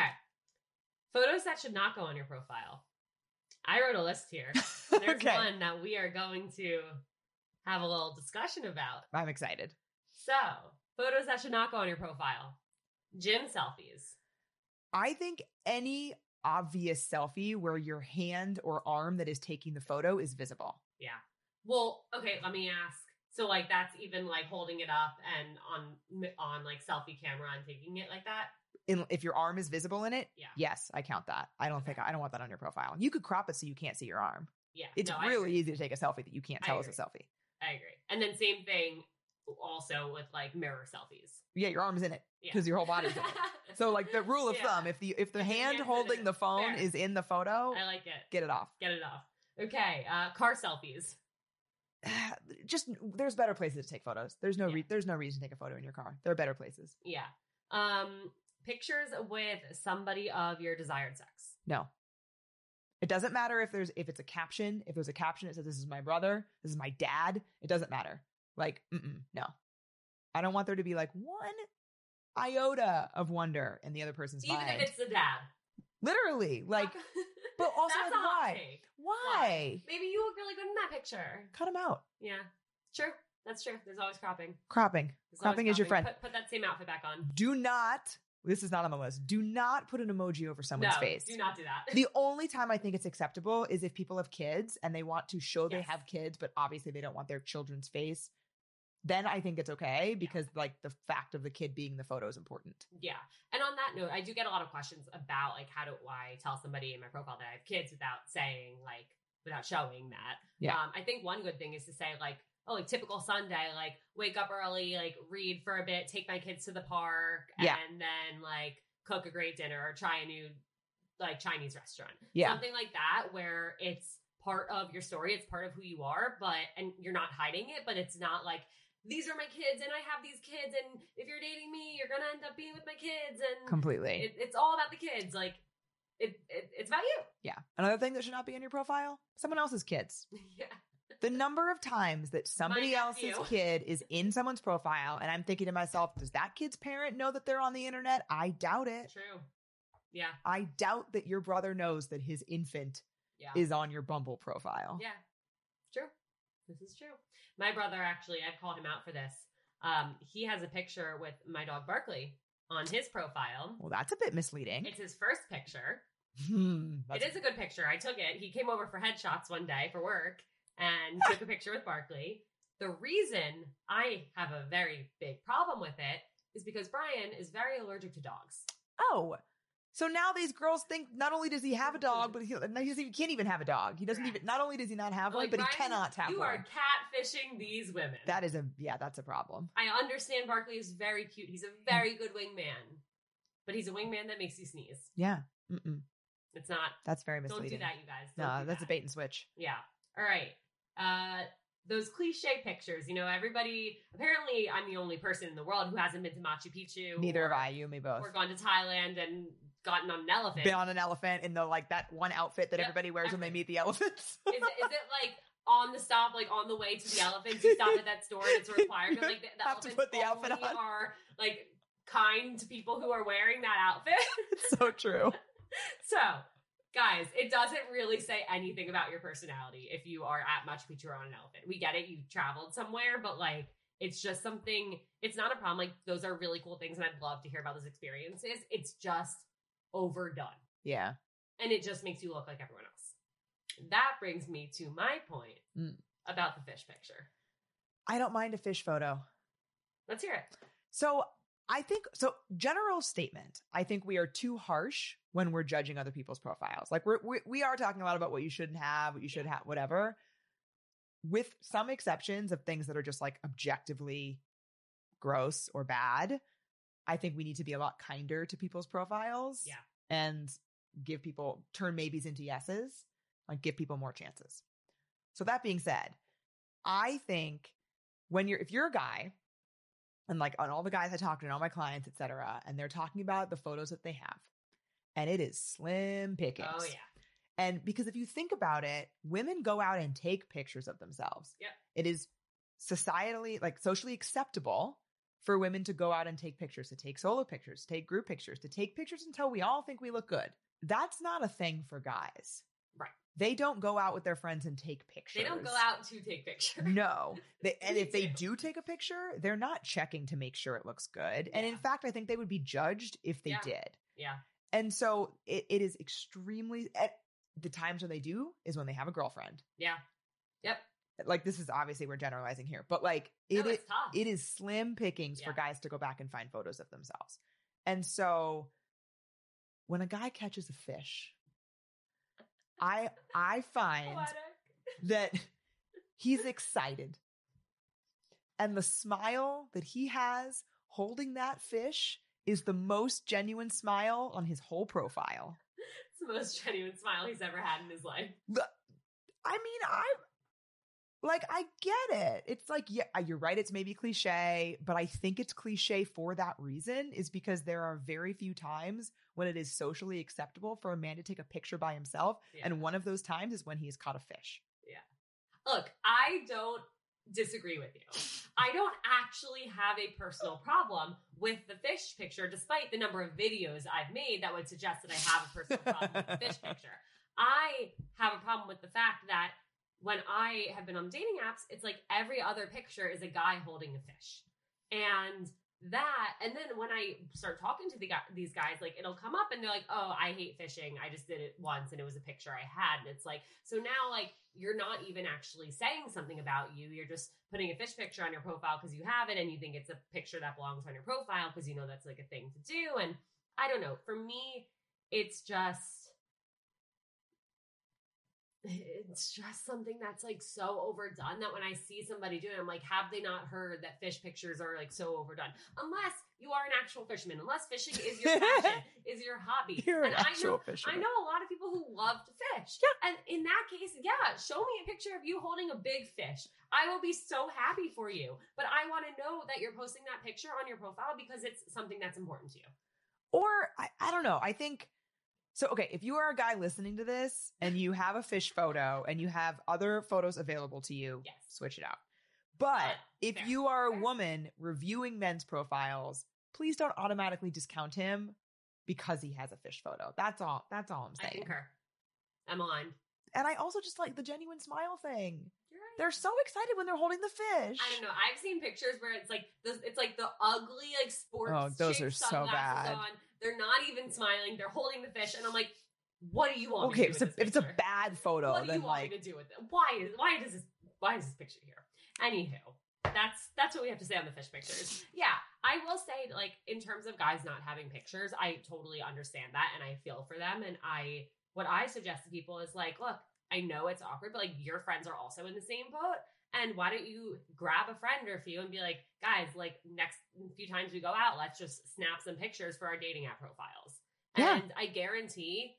photos that should not go on your profile. I wrote a list here. There's one that we are going to have a little discussion about. I'm excited. So, photos that should not go on your profile. Gym selfies. I think any obvious selfie where your hand or arm that is taking the photo is visible. Well, okay, let me ask. So like that's even like holding it up and on on like selfie camera and taking it like that. In, if your arm is visible in it, Yeah. yes, I count that. I don't think I don't want that on your profile. You could crop it so you can't see your arm. Yeah. It's no, I really agree. easy to take a selfie that you can't I tell is a agree. selfie. I agree. And then same thing also with like mirror selfies. Yeah, your arm's in it Yeah. because your whole body's in it. So like the rule of Yeah. thumb, if the if the If your hand hand's in holding it, the phone fair. is in the photo, I like it. get it off. Get it off. Okay, uh car selfies. Just there's better places to take photos. There's no Yeah. re- there's no reason to take a photo in your car. There are better places. Yeah. Um pictures with somebody of your desired sex. No. It doesn't matter if there's if it's a caption, if there's a caption that says this is my brother, this is my dad, it doesn't matter. Like, mm-mm, no. I don't want there to be like one iota of wonder in the other person's Even mind. if it's the dad. Literally, like but also That's like, a hot why? take. Why? Maybe you look really good in that picture. Cut him out. Yeah. Sure. That's true. There's always cropping. Cropping. There's always Cropping is your friend. Put, put that same outfit back on. Do not. This is not on the list. Do not put an emoji over someone's no, face. do not do that. The only time I think it's acceptable is if people have kids and they want to show they Yes. have kids, but obviously they don't want their children's face. Then I think it's okay because like the fact of the kid being in the photo is important. yeah. And on that note, I do get a lot of questions about like how do I tell somebody in my profile that I have kids without saying like without showing that. Yeah. Um, I think one good thing is to say like, oh, like typical Sunday, like wake up early, like read for a bit, take my kids to the park, Yeah. and then like cook a great dinner or try a new like Chinese restaurant. Yeah. something like that where it's part of your story it's part of who you are but and you're not hiding it but it's not like these are my kids and i have these kids and if you're dating me you're gonna end up being with my kids and Completely. it, it's all about the kids like it, it it's about you Yeah. Another thing that should not be in your profile someone else's kids. yeah The number of times that somebody else's nephew. kid is in someone's profile, and I'm thinking to myself, does that kid's parent know that they're on the internet? I doubt it. true yeah I doubt that your brother knows that his infant yeah is on your Bumble profile. yeah true this is true my brother actually i've called him out for this um he has a picture with my dog barkley on his profile Well, that's a bit misleading. it's his first picture Hmm, that's- it is a good picture. I took it. He came over for headshots one day for work and took a picture with Barkley. The reason I have a very big problem with it is because Brian is very allergic to dogs. Oh, so now these girls think not only does he have a dog, but he, no, he doesn't- he can't even have a dog. He doesn't Correct. even. Not only does he not have one, Like, but Brian, he cannot have you one. are catfishing these women. that is a yeah, that's a problem. I understand Barkley is very cute. He's a very good wingman, but he's a wingman that makes you sneeze. Yeah, Mm-mm. It's not. that's very Don't do misleading. that, you guys. Don't No, do that's that. a bait and switch. Yeah. All right. Uh, those cliche pictures, you know, everybody, apparently I'm the only person in the world who hasn't been to Machu Picchu. Neither or, have I. You, and me both. Or gone to Thailand and gotten on an elephant. Been on an elephant in the like that one outfit that Yep, everybody wears when they everything. meet the elephants. is, it, is it like on the stop, like on the way to the elephants, you stop at that store and it's required? 'Cause, like the, the Have to elephants put the outfit only on. are like kind to people who are wearing that outfit. it's so true. so, guys, it doesn't really say anything about your personality if you are at Machu Picchu or on an elephant. We get it, you traveled somewhere, but like it's just something, it's not a problem. Like those are really cool things, and I'd love to hear about those experiences. It's just overdone Yeah. and it just makes you look like everyone else. That brings me to my point Mm. about the fish picture. I don't mind a fish photo. Let's hear it. So I think so. General statement: I think we are too harsh when we're judging other people's profiles. Like we're, we we are talking a lot about what you shouldn't have, what you should have, whatever. With some exceptions of things that are just like objectively gross or bad, I think we need to be a lot kinder to people's profiles. Yeah. and give people turn maybes into yeses, like give people more chances. So that being said, I think when you're if you're a guy and like on all the guys I talk to and all my clients, et cetera, and they're talking about the photos that they have, and it is slim pickings. Oh yeah. And because if you think about it, women go out and take pictures of themselves. Yep. It is societally, like socially acceptable for women to go out and take pictures, to take solo pictures, to take group pictures, to take pictures until we all think we look good. That's not a thing for guys. Right. They don't go out with their friends and take pictures. They don't go out to take pictures. No. They, and if they Yeah. do take a picture, they're not checking to make sure it looks good. And in Yeah. fact, I think they would be judged if they Yeah. did. Yeah. And so it, it is extremely at the times when they do is when they have a girlfriend. Yeah. Yep. Like this is obviously we're generalizing here, but like it no, i- it's tough. it is slim pickings for Yeah. guys to go back and find photos of themselves. And so when a guy catches a fish, I I find Poetic. that he's excited. And the smile that he has holding that fish is the most genuine smile on his whole profile. It's the most genuine smile he's ever had in his life. The- I mean, I like I get it. It's like yeah, you're right. It's maybe cliche, but I think it's cliche for that reason. Is because there are very few times when it is socially acceptable for a man to take a picture by himself, Yeah. and one of those times is when he has caught a fish. Look, I don't disagree with you. I don't actually have a personal problem with the fish picture, despite the number of videos I've made that would suggest that I have a personal problem with the fish picture. I have a problem with the fact that when I have been on dating apps, it's like every other picture is a guy holding a fish. And that, and then when I start talking to the guy, these guys, like it'll come up and they're like, oh, I hate fishing. I just did it once and it was a picture I had. And it's like, so now, like, you're not even actually saying something about you. You're just putting a fish picture on your profile because you have it and you think it's a picture that belongs on your profile because you know that's like a thing to do. And I don't know. For me, it's just it's just something that's like so overdone that when I see somebody doing it, I'm like, have they not heard that fish pictures are like so overdone? Unless you are an actual fisherman, unless fishing is your passion, is your hobby. You're an And I know actual fisherman. I know a lot of people who love to fish. Yeah. And in that case, yeah, show me a picture of you holding a big fish. I will be so happy for you. But I want to know that you're posting that picture on your profile because it's something that's important to you. or I, I don't know. I think so. Okay, if you are a guy listening to this and you have a fish photo and you have other photos available to you, Yes. switch it out. But Uh, if fair, you are a fair. woman reviewing men's profiles, please don't automatically discount him because he has a fish photo. That's all. That's all I'm I saying. concur. I'm on. and I also just like the genuine smile thing. You're right. They're so excited when they're holding the fish. I don't know. I've seen pictures where it's like the, it's like the ugly like sports. Oh, those shaped are so sunglasses bad. On. They're not even smiling. They're holding the fish, and I'm like, what do you want? Okay, me to if it's do a, with this if it's a picture? bad photo, What do then you want like me to do with it? Why is why does this why is this picture here? Anywho, that's that's what we have to say on the fish pictures. Yeah, I will say that, like in terms of guys not having pictures, I totally understand that and I feel for them. And I what I suggest to people is like, look, I know it's awkward, but like your friends are also in the same boat. And why don't you grab a friend or a few and be like, guys, like next few times we go out, let's just snap some pictures for our dating app profiles. Yeah. And I guarantee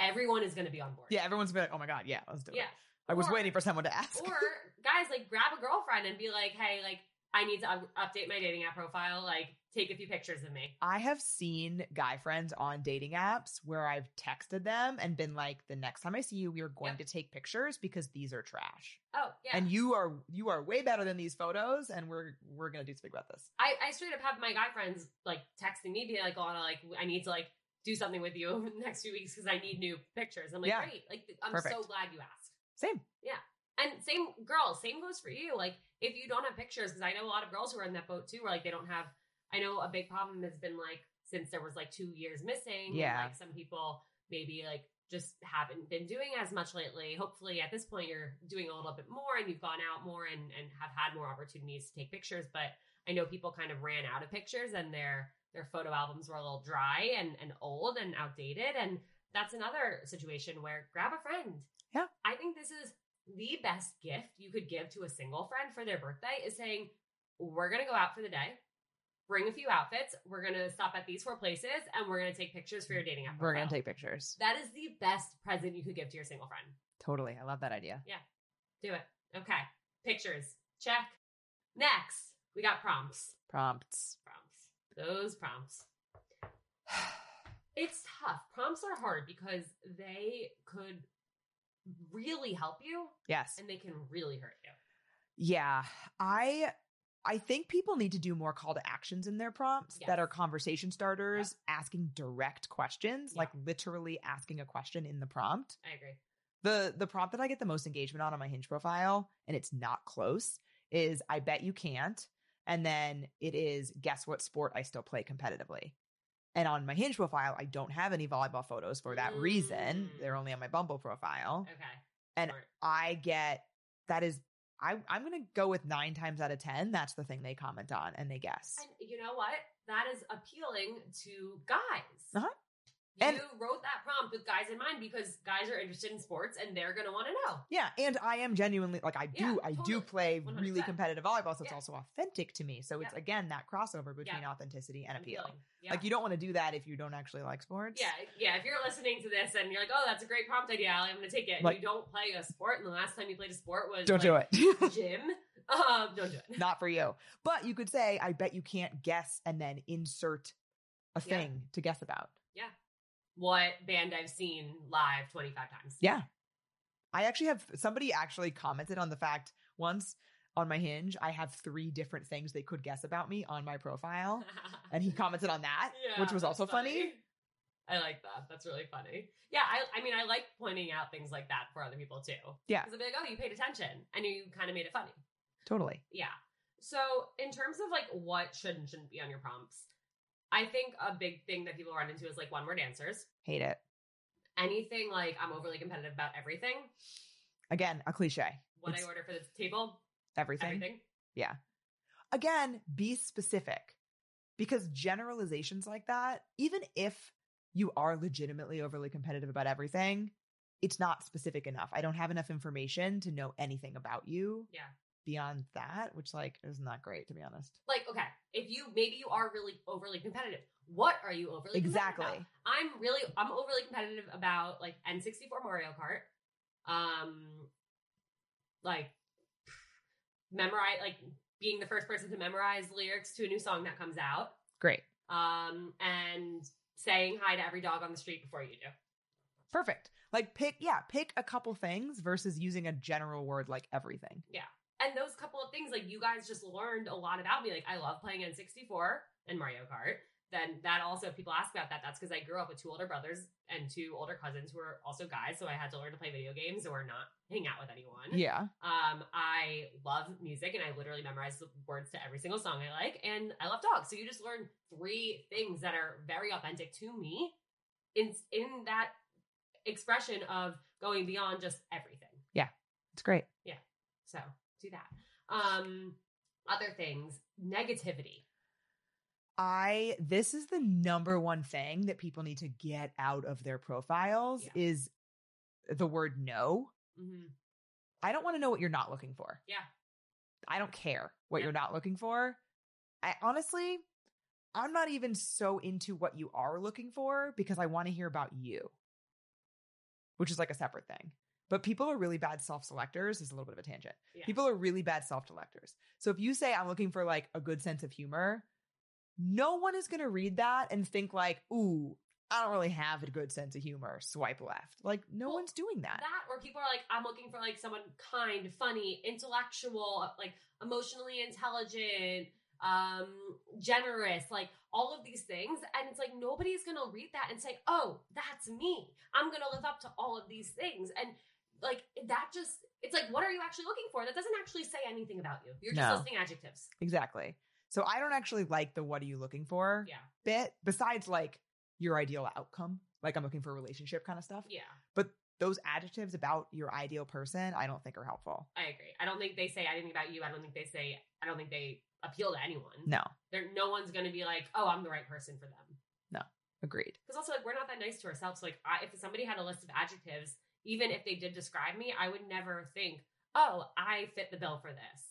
everyone is going to be on board. yeah, everyone's gonna be like, oh my god, yeah, let's do it. Yeah. I was Or- waiting for someone to ask. Or guys, like grab a girlfriend and be like, "Hey, like I need to up- update my dating app profile. Like take a few pictures of me." I have seen guy friends on dating apps where I've texted them and been like, the next time I see you, we are going to take pictures because these are trash. Oh yeah, And you are you are way better than these photos, and we're we're gonna do something about this. I, I straight up have my guy friends like texting me, be like, "Lana, like I need to like do something with you over the next few weeks because I need new pictures." I'm like, Yeah. "Great, like I'm so Perfect. glad you asked." Same. And same girl, same goes for you. Like if you don't have pictures, because I know a lot of girls who are in that boat too, where like they don't have. I know a big problem has been like since there was like two years missing. and, Yeah. like some people maybe like just haven't been doing as much lately. Hopefully, at this point, you're doing a little bit more and you've gone out more and and have had more opportunities to take pictures. But I know people kind of ran out of pictures and their their photo albums were a little dry and and old and outdated and that's another situation where grab a friend. Yeah. I think this is the best gift you could give to a single friend for their birthday is saying, "We're going to go out for the day. Bring a few outfits. We're going to stop at these four places and we're going to take pictures for your dating app." We're gonna profile." take pictures. That is the best present you could give to your single friend. Totally. I love that idea. Do it. Okay. Pictures. Check. Next, we got prompts. Prompts. Prompts. Those prompts. It's tough. Prompts are hard because they could really help you Yes. and they can really hurt you. Yeah. I I think people need to do more call to actions in their prompts Yes. that are conversation starters, asking direct questions, Yeah. like literally asking a question in the prompt. I agree. The the prompt that I get the most engagement on on my Hinge profile, and it's not close, is I bet you can't. And then it is guess what sport I still play competitively. And on my Hinge profile, I don't have any volleyball photos for that reason. Mm. They're only on my Bumble profile. Okay. And Smart. I get that is I I'm gonna go with nine times out of ten. That's the thing they comment on and they guess. And you know what? That is appealing to guys. Uh-huh. You And- wrote that prompt with guys in mind because guys are interested in sports and they're going to want to know. yeah, and I am genuinely like I do Yeah, I do totally. play really 100%. competitive volleyball, so it's Yeah. also authentic to me. So it's Yeah. again that crossover between authenticity and I'm appeal. feeling. Yeah. Like you don't want to do that if you don't actually like sports. yeah, yeah. If you're listening to this and you're like, "Oh, that's a great prompt idea, Allie, I'm going to take it," and Like- you don't play a sport, and the last time you played a sport was Don't do it. do it. Gym. Um, don't do it. Not for you. But you could say, I bet you can't guess and then insert a Yeah. thing to guess about. What band I've seen live 25 times? Yeah. I actually have somebody actually commented on the fact once on my hinge, I have three different things they could guess about me on my profile. And he commented on that, Yeah, which was that's also funny. I like that. That's really funny. Yeah, I, I mean, I like pointing out things like that for other people too. Yeah. Because I'll be like, oh, you paid attention and you kind of made it funny. Totally. Yeah. So, in terms of like what should and shouldn't be on your prompts, I think a big thing that people run into is like one word answers. Hate it. Anything like I'm overly competitive about everything, Again, a cliche. what It's I order for the table, everything. everything. Again, be specific because generalizations like that, even if you are legitimately overly competitive about everything, it's not specific enough. I don't have enough information to know anything about you. Yeah. Beyond that, which like is not great to be honest. Like, okay, if you maybe you are really overly competitive, what are you overly competitive about? exactly. I'm really I'm overly competitive about like N64 Mario Kart. Um like memorize like being the first person to memorize lyrics to a new song that comes out. Great. Um and saying hi to every dog on the street before you do. Perfect. Like pick, yeah, pick a couple things versus using a general word like everything. And those couple of things like you guys just learned a lot about me. Like I love playing N64 and Mario Kart. Then that also if people ask about that that's because I grew up with two older brothers and two older cousins who are also guys, so I had to learn to play video games or not hang out with anyone. Yeah. Um, I love music and I literally memorize the words to every single song I like. And I love dogs. So you just learn three things that are very authentic to me in, in that expression of going beyond just everything. It's great. So do that. Um, other things, negativity. I this is the number one thing that people need to get out of their profiles Yeah. is the word no. hmm I don't want to know what you're not looking for. Yeah. I don't care what Yeah. you're not looking for. I honestly I'm not even so into what you are looking for because I want to hear about you. Which is like a separate thing. But people are really bad self-selectors. This is a little bit of a tangent. Yeah. People are really bad self-selectors. So if you say I'm looking for like a good sense of humor, no one is going to read that and think like, "Ooh, I don't really have a good sense of humor. Swipe left." Like no Well, one's doing that. That or people are like, I'm looking for like someone kind, funny, intellectual, like emotionally intelligent, um, generous, like all of these things. And it's like nobody's gonna read that and say, Oh, that's me. I'm gonna live up to all of these things. And like that just it's like, what are you actually looking for? That doesn't actually say anything about you. You're just No. listing adjectives. Exactly. So I don't actually like the what are you looking for Yeah. bit, besides like your ideal outcome. Like I'm looking for a relationship kind of stuff. Yeah, Those adjectives about your ideal person, I don't think are helpful. I agree. I don't think they say anything about you. I don't think they say I don't think they appeal to anyone. No, There no one's gonna be like, Oh, I'm the right person for them. agreed. because also like we're not that nice to ourselves. Like I, if somebody had a list of adjectives, even if they did describe me, I would never think, "Oh, I fit the bill for this."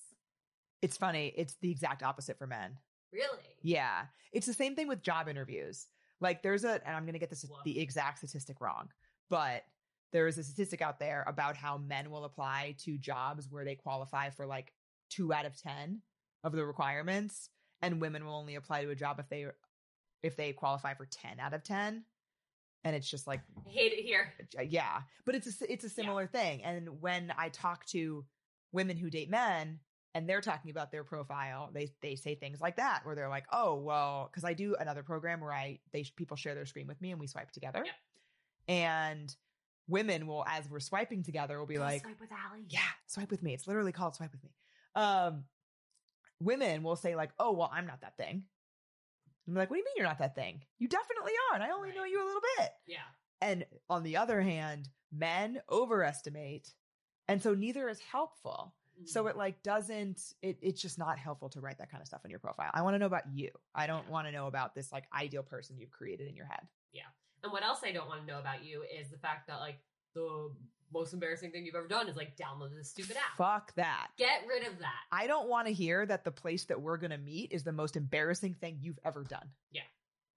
It's funny. It's the exact opposite for men. Really? Yeah. It's the same thing with job interviews. Like there's a, and I'm going to get this, Whoa. the exact statistic wrong, but there is a statistic out there about how men will apply to jobs where they qualify for like two out of 10 of the requirements and women will only apply to a job if they if they qualify for 10 out of 10 and it's just like Hate it here. uh, yeah but it's a, it's a similar thing and when i talk to women who date men and they're talking about their profile they they say things like that where they're like oh well cuz i do another program where i they people share their screen with me and we swipe together Yep. and women will as we're swiping together will be Go like swipe with Allie. yeah swipe with me it's literally called swipe with me um women will say like oh well i'm not that thing i'm like what do you mean you're not that thing you definitely are and i only know Right. you a little bit Yeah. and on the other hand, men overestimate. And so neither is helpful. Mm-hmm. So uh, Mm. it like doesn't it it's just not helpful to write that kind of stuff in your profile. I want to know about you. I don't want to know about this like ideal person you've created in your head. And what else I don't want to know about you is the fact that like the most embarrassing thing you've ever done is like download this stupid app. Fuck that. Get rid of that. I don't want to hear that the place that we're going to meet is the most embarrassing thing you've ever done.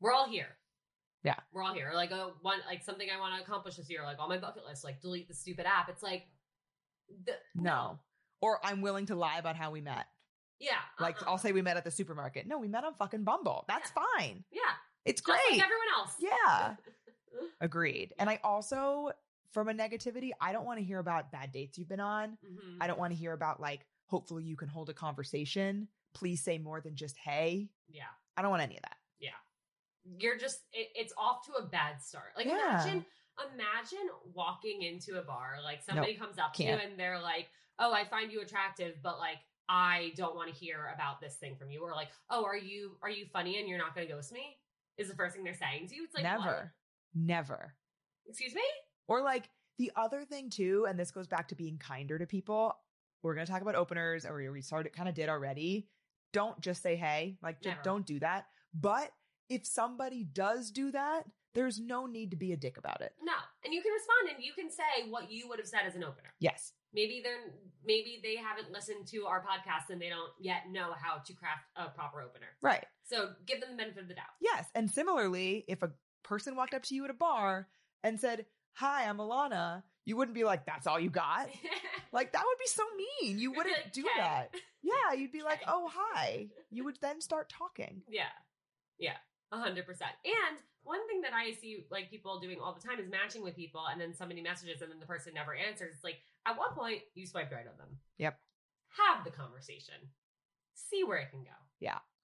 We're all here. Yeah. We're all here. Like a one like something I want to accomplish this year, like on my bucket list, like delete the stupid app. It's like the, No. Or I'm willing to lie about how we met. Yeah. Like uh-uh. I'll say we met at the supermarket. No, we met on fucking Bumble. That's fine. Yeah. It's Just great. like everyone else. yeah. Agreed. And I also, from a negativity, I don't want to hear about bad dates you've been on. Mhm. I don't want to hear about, like, hopefully you can hold a conversation. Please say more than just, hey. Yeah. I don't want any of that. You're just it, it's off to a bad start. Like Yeah. imagine imagine walking into a bar, like somebody comes up to can't. you and they're like, Oh, I find you attractive, but like I don't want to hear about this thing from you. Or like, oh, are you are you funny and you're not gonna ghost me? Is the first thing they're saying to you. It's like what? Never. Never. Excuse me? Or, like, the other thing, too, and this goes back to being kinder to people. We're going to talk about openers, or we started, kind of did already. Don't just say, hey. Like, just Never. don't do that. But if somebody does do that, there's no need to be a dick about it. No. And you can respond and you can say what you would have said as an opener. Yes. Maybe they're maybe they haven't listened to our podcast and they don't yet know how to craft a proper opener. Right. So give them the benefit of the doubt. Yes. And similarly, if a person walked up to you at a bar and said, Hi, I'm Alana, you wouldn't be like, That's all you got. Like, that would be so mean. You You'd be wouldn't like, do "Okay." that. Yeah. You'd be like, Okay. Oh, hi. You would then start talking. Yeah. Yeah. A hundred percent. And one thing that I see like people doing all the time is matching with people and then somebody messages and then the person never answers. It's like at one point you swiped right on them. Yep. Have the conversation. See where it can go.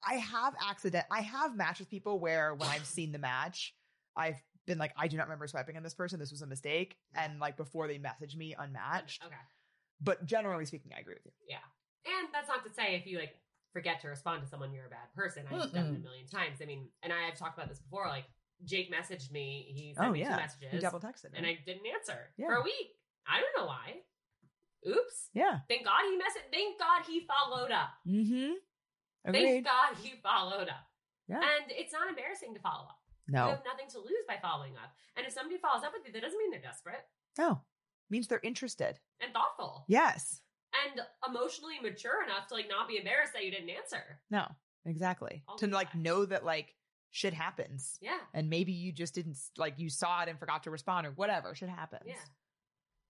I have accident, I have matched with people where when I've seen the match, I've been like, I do not remember swiping on this person. This was a mistake. And like before they message me, unmatched. Okay. But generally speaking, I agree with you. And that's not to say if you like forget to respond to someone, you're a bad person. I've done it a Mm-mm. million times. I mean, and I have talked about this before. Like Jake messaged me, he sent Oh, me yeah. two He messages, double texted. and right? I didn't answer Yeah. for a week. I don't know why. Oops. yeah. Thank God he messaged. Thank God he followed up. Mm hmm. Agreed. Thank God he followed up. Yeah. And it's not embarrassing to follow up. You No. have nothing to lose by following up. And if somebody follows up with you, that doesn't mean they're desperate No. Means they're interested. and thoughtful Yes. and emotionally mature enough to like not be embarrassed that you didn't answer. No. Exactly. I'll to do like that. know that like shit happens. Oh Yeah. And maybe you just didn't like you saw it and forgot to respond or whatever. Shit happens. Yeah.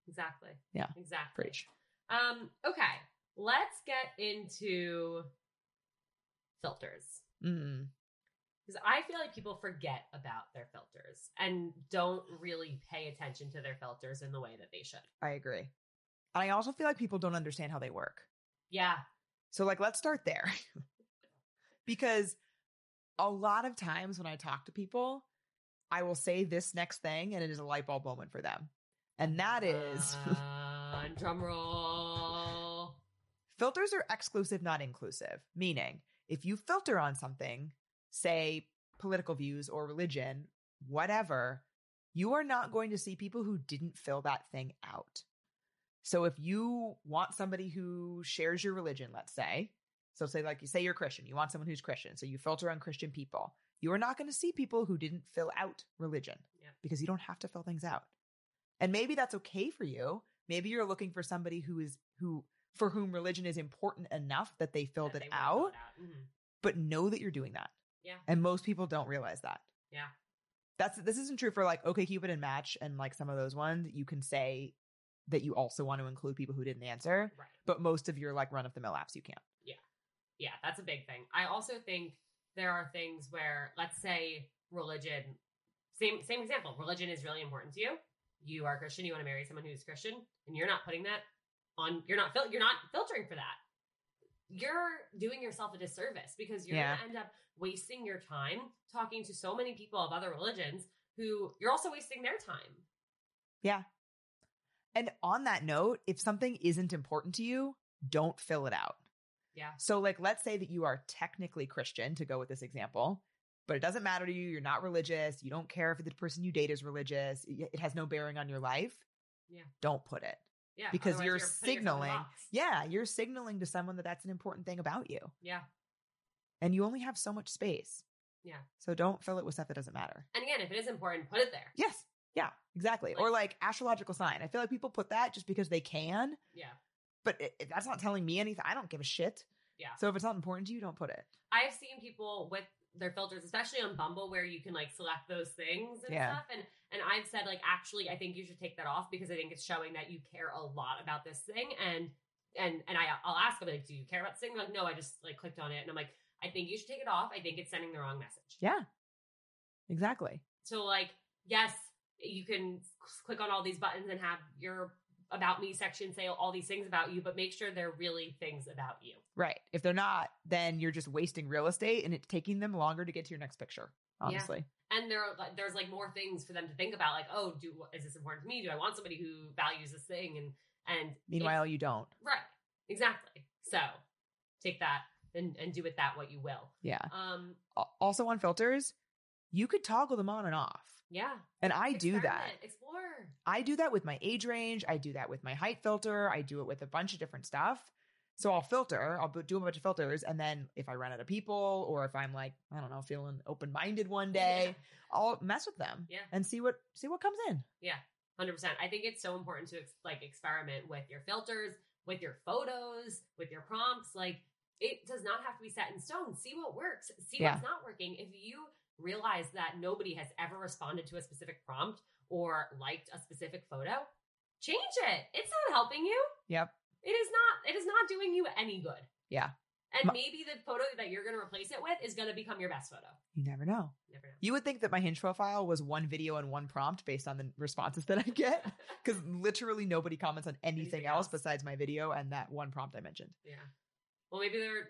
Exactly. Yeah. Exactly. Preach. Um, okay. Let's get into filters. Mm. Because I feel like people forget about their filters and don't really pay attention to their filters in the way that they should. I agree. And I also feel like people don't understand how they work. Yeah. So like let's start there. because a lot of times when I talk to people, I will say this next thing and it is a light bulb moment for them. And that is Uh, drum roll. Filters are exclusive, not inclusive, meaning if you filter on something, say political views or religion, whatever, you are not going to see people who didn't fill that thing out. So if you want somebody who shares your religion, let's say, so say like you say you're Christian, you want someone who's Christian, so you filter on Christian people. You are not going to see people who didn't fill out religion Yeah. because you don't have to fill things out. And maybe that's okay for you. Maybe you're looking for somebody who is who for whom religion is important enough that they filled that it they wanna out, build out. Mhm. but know that you're doing that. Yeah. And most people don't realize that. Yeah. that's this isn't true for like okay cupid and match and like some of those ones you can say that you also want to include people who didn't answer Right. but most of your like run-of-the-mill apps you can't yeah, that's a big thing. I also think there are things where, let's say, religion. Same same example. Religion is really important to you. You are a Christian. You want to marry someone who's Christian, and you're not putting that on. You're not fil- you're not filtering for that. You're doing yourself a disservice because you're Yeah. going to end up wasting your time talking to so many people of other religions who you're also wasting their time. and on that note if something isn't important to you don't fill it out Yeah. So, like, let's say that you are technically Christian to go with this example, but it doesn't matter to you. You're not religious. You don't care if the person you date is religious. y- It has no bearing on your life. Yeah. Don't put it. Yeah. Because otherwise you're putting yourself in a signaling- box. Yeah. You're signaling to someone that that's an important thing about you. Yeah. And you only have so much space. Yeah. So don't fill it with stuff that doesn't matter. And again, if it is important, put it there. Yes. Yeah. Exactly. or like astrological sign. I feel like people put that just because they can, Yeah. but it, it- that's not telling me anything. I don't give a shit. Yeah. So if it's not important to you, don't put it. I've seen people with their filters, especially on Bumble, where you can like select those things and Yeah. stuff. And and I've said like, actually, I think you should take that off because I think it's showing that you care a lot about this thing. And and and I I'll ask them like, do you care about this thing? Like, no, I just like clicked on it, and I'm like, I think you should take it off. I think it's sending the wrong message. Yeah. Exactly. So like, yes, you can click on all these buttons and have your about me section say all these things about you, but make sure they're really things about you. Right. If they're not, then you're just wasting real estate and it's taking them longer to get to your next picture, Yeah. honestly. and there are, like, there's like more things for them to think about like oh do is this important to me do i want somebody who values this thing and and Meanwhile, you don't. it's- right exactly so take that and and do with that what you will Yeah. um Al- Also on filters, you could toggle them on and off. yeah And I do that. Experiment, explore I do that with my age range. I do that with my height filter. I do it with a bunch of different stuff. So I'll filter, I'll bu- do a bunch of filters. And then if I run out of people or if I'm like, I don't know, feeling open minded one day, I'll mess with them Yeah. and see what, see what comes in. Hundred percent. I think it's so important to ex- like experiment with your filters, with your photos, with your prompts. Like it does not have to be set in stone. See what works. See Yeah. what's not working. If you realize that nobody has ever responded to a specific prompt or liked a specific photo, change it. It's not helping you. Yep. It is not. It is not doing you any good. Yeah. And My- maybe the photo that you're going to replace it with is going to become your best photo. You never know. Never know. You would think that my hinge profile was one video and one prompt based on the responses that I get, because literally nobody comments on anything, Anything else else. besides my video and that one prompt I mentioned. Yeah. Well, maybe they're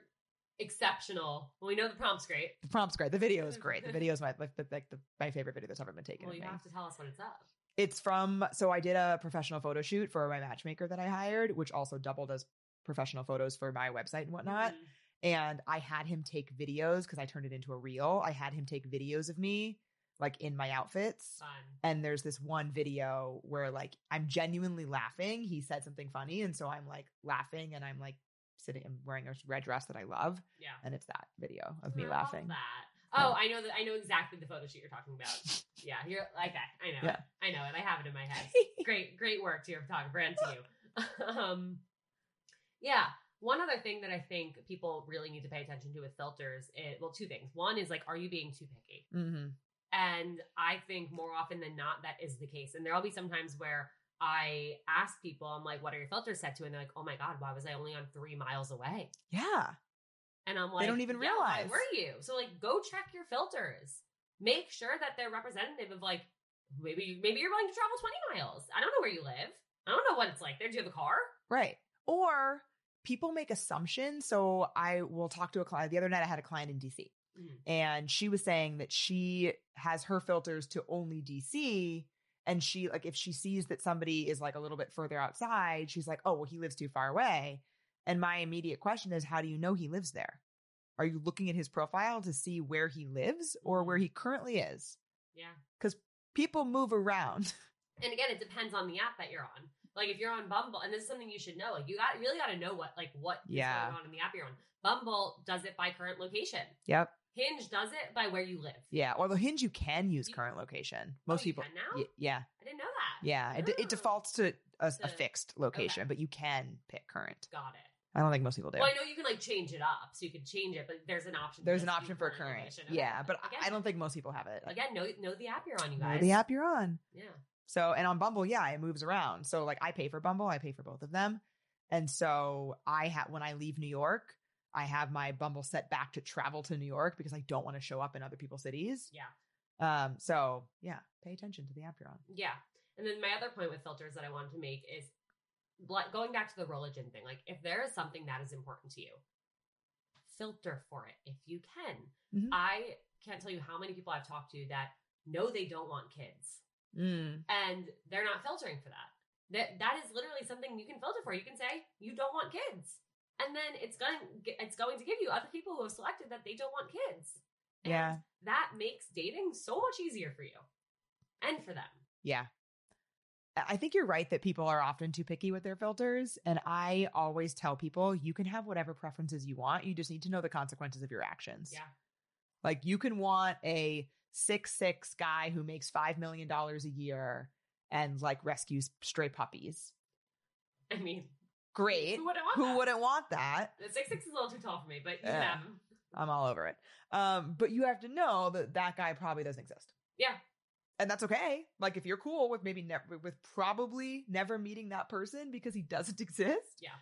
exceptional. Well, we know the prompt's great. The prompt's great. The video is great. The video is my like, the, like the, my favorite video that's ever been taken. Well, of you me. have to tell us when it's up. It's from so I did a professional photo shoot for my matchmaker that I hired, which also doubled as professional photos for my website and whatnot. Mhm. and I had him take videos because I turned it into a reel. I had him take videos of me like in my outfits. Fun. And there's this one video where like I'm genuinely laughing. He said something funny, and so I'm like laughing, and I'm like sitting and wearing a red dress that I love, Yeah. and it's that video of me I love laughing. That. Yeah. Oh, I know that. I know exactly the photo shoot you're talking about. yeah, you're like that. I know. Yeah. It. I know it. I have it in my head. great, great work to your photographer and to you. um, yeah. One other thing that I think people really need to pay attention to with filters, is, well, two things. One is like, are you being too picky? hmm And I think more often than not, that is the case. And there'll be some times where I ask people, I'm like, what are your filters set to? And they're like, oh my God, why was I only on three miles away? Yeah, And I'm like, don't even "Yeah, why realize." Were you? So like, go check your filters. Make sure that they're representative of like maybe you, maybe you're willing to travel 20 miles. I don't know where you live. I don't know what it's like there. Do you have a car? right. Or people make assumptions. So I will talk to a client. The other night I had a client in DC, Mhm. and she was saying that she has her filters to only DC. And she like if she sees that somebody is like a little bit further outside, she's like, "Oh, well, he lives too far away." And my immediate question is, how do you know he lives there? Are you looking at his profile to see where he lives or where he currently is? Mm-hmm. Yeah. People move around. And again, it depends on the app that you're on. Like if you're on Bumble, and this is something you should know. Like you got you really got to know what like what is Yeah. going on in the app you're on. Bumble does it by current location. Yep. Hinge does it by where you live. Yeah. Although Hinge, you can use You- current location. Oh, Most you people. can now? Y- yeah. I didn't know that. Yeah, it, it Oh. defaults to a, a The- fixed location, but you can pick current. Got it. I don't think most people do. Well, I know you can like change it up, so you can change it, but there's an option. There's an just do option for current. location. Okay. Yeah, but I- again, I don't think most people have it. Again, know know the app you're on, you Know guys. the app you're on. Yeah. So, and on Bumble, yeah, it moves around. So, like, I pay for Bumble, I pay for both of them. And so, I have, when I leave New York, I have my Bumble set back to travel to New York because I don't want to show up in other people's cities. Yeah. Um, so, yeah, pay attention to the app you're on. Yeah. And then my other point with filters that I wanted to make is like, going back to the religion thing. Like, if there is something that is important to you, filter for it if you can. Mhm. I can't tell you how many people I've talked to that know they don't want kids Mm. and they're not filtering for that. That that is literally something you can filter for. You can say you don't want kids, and then it's going it's going to give you other people who have selected that they don't want kids. And Yeah. that makes dating so much easier for you and for them. Yeah. I I think you're right that people are often too picky with their filters. And I always tell people you can have whatever preferences you want. You just need to know the consequences of your actions. Yeah. Like you can want a six six guy who makes five million dollars a year and like rescues stray puppies. I mean, Great. who wouldn't want Who that? wouldn't want that? The six six is a little too tall for me, but you can Yeah. have 'em. I'm all over it. Um, but you have to know that that guy probably doesn't exist. Yeah. And that's okay. Like if you're cool with maybe never with probably never meeting that person because he doesn't exist. Yeah.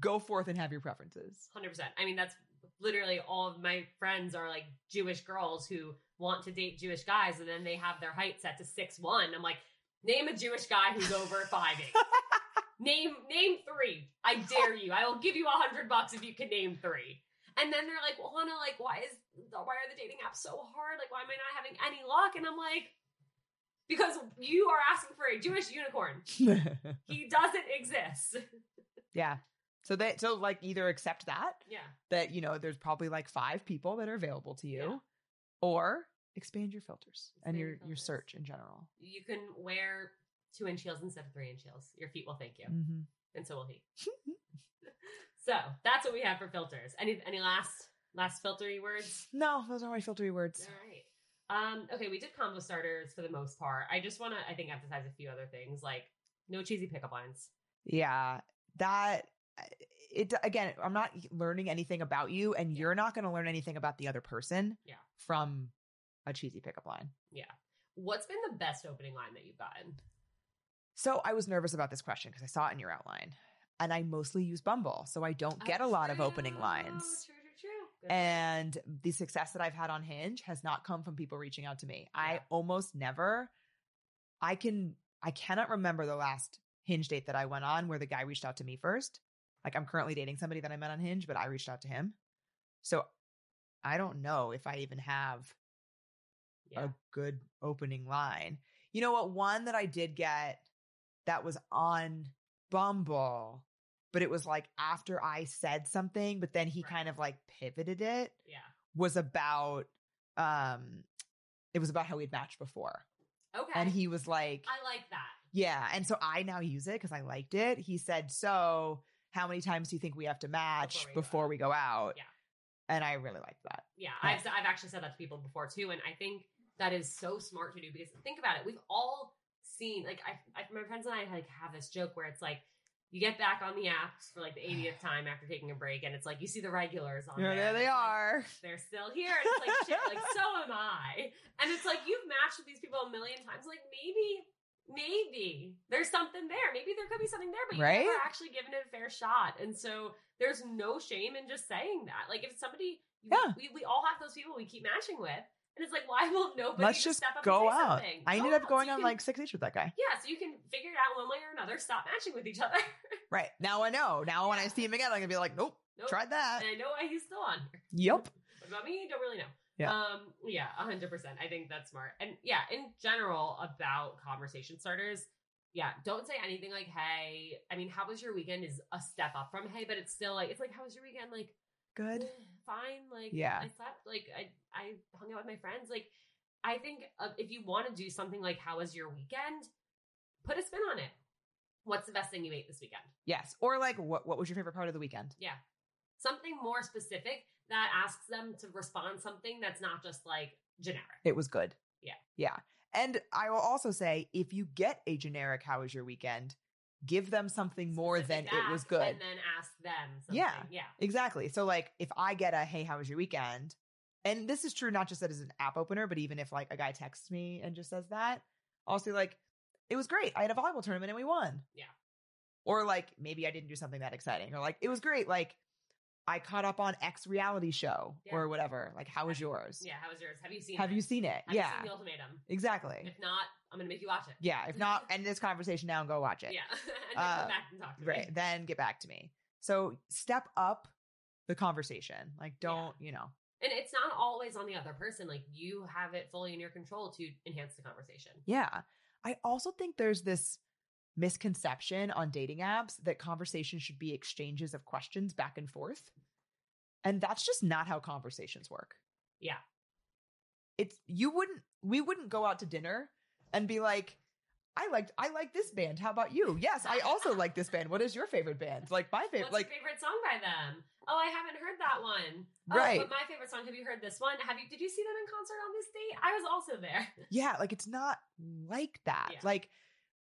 Go forth and have your preferences. hundred percent. I mean, that's literally all of my friends are like Jewish girls who want to date Jewish guys, and then they have their height set to six one. I'm like, name a Jewish guy who's over five eight. Name name three. I dare you. I will give you a hundred bucks if you can name three. And then they're like, well, Hannah, like, why is why are the dating apps so hard? Like, why am I not having any luck? And I'm like, because you are asking for a Jewish unicorn. He doesn't exist. yeah. So that so like either accept that Yeah. that you know there's probably like five people that are available to you Yeah. or expand your filters and Expand your your your filters. search in general you can wear two inch heels instead of three inch heels. Your feet will thank you, Mhm. and so will he. so that's what we have for filters. Any any last last filtery words? no those are my filtery words All right. Um, okay, we did combo starters for the most part. I just want to, I think, emphasize a few other things like no cheesy pickup lines. yeah that uh, it again i'm not learning anything about you and Yeah. you're not going to learn anything about the other person Yeah. from a cheesy pickup line What's been the best opening line that you've gotten? so i was nervous about this question because i saw it in your outline and i mostly use bumble so i don't get a lot of opening Oh, True, lines True, true, true. Good And the success that I've had on Hinge has not come from people reaching out to me. I Yeah. almost never, I can, I cannot remember the last Hinge date that I went on where the guy reached out to me first. Like I'm currently dating somebody that I met on Hinge, but I reached out to him. So I don't know if I even have point. yeah. a good opening line. You know what? One that I did get that was on Bumble, but it was like after I said something, but then he Right. kind of like pivoted it yeah. was about um it was about how we'd matched before. Okay. And he was like, I like that. Yeah. And so I now use it because I liked it. He said, So how many times do you think we have to match Before we go before out." we go out? Yeah. And I really liked that. Yeah, Yeah. I've, I've actually said that to people before too, and I think that is so smart to do because think about it. We've all seen like I, I my friends and I like have this joke where it's like you get back on the apps for like the 80th time after taking a break, and it's like you see the regulars on there. Yeah, there and they it's like, are. they're still here, and it's like shit. Like so am I, and it's like you've matched with these people a million times. Like maybe. Maybe there's something there. Maybe there could be something there, but you've Right? never actually given it a fair shot. And so there's no shame in just saying that. Like if somebody, Yeah. we, we all have those people we keep matching with, and it's like, why won't nobody Let's just just step up go and say out. something? I Go ended out up so going you on can- like six dates with that guy. yeah, so you can figure it out one way or another. Stop matching with each other. Right. Now I know. Now when I see him again, I'm gonna be like, Nope, Nope. tried that. and I know why he's still on here. Yep. What about me? Don't really know. Yeah. Um, yeah, hundred percent. I think that's smart. And yeah, in general about conversation starters, yeah, don't say anything like, hey, I mean, how was your weekend is a step up from hey, but it's still like it's like, how was your weekend? Like, "Eh, Good. fine like Yeah. i slept like i i hung out with my friends like i think uh, if you want to do something like how was your weekend put a spin on it what's the best thing you ate this weekend Yes. Or like what what was your favorite part of the weekend? something more specific that asks them to respond something that's not just like generic It was good. Yeah. Yeah. And I will also say if you get a generic how was your weekend, give them something more than Ask it was good. and then ask them. Something. Yeah. yeah, Exactly. So like if I get a hey, how was your weekend? And this is true not just that as an app opener, but even if like a guy texts me and just says that, I'll say like, it was great. I had a volleyball tournament and we won. Yeah. Or like maybe I didn't do something that exciting. Or like it was great. Like I caught up on X reality show Yeah. or whatever. Like how was yours? yeah. How was yours? Have you seen? Have it? you seen it? Have yeah. You seen the ultimatum. exactly. If not, I'm gonna make you watch it. Yeah. If not, end this conversation now and go watch it. Yeah, and then Uh, come back and talk to Right. me. Then get back to me. So step up the conversation. Like don't, you know. And it's not always on the other person. Like you have it fully in your control to enhance the conversation. Yeah. I also think there's this misconception on dating apps that conversations should be exchanges of questions back and forth. And that's just not how conversations work. Yeah. It's you wouldn't we wouldn't go out to dinner and be like I liked I like this band. How about you? Yes, I also like this band. What is your favorite band? Like my What's favorite like your favorite song by them? Oh, I haven't heard that one. Oh, Right. But my favorite song. Have you heard this one? Have you? Did you see them in concert on this date? I was also there. yeah like it's not like that Yeah. like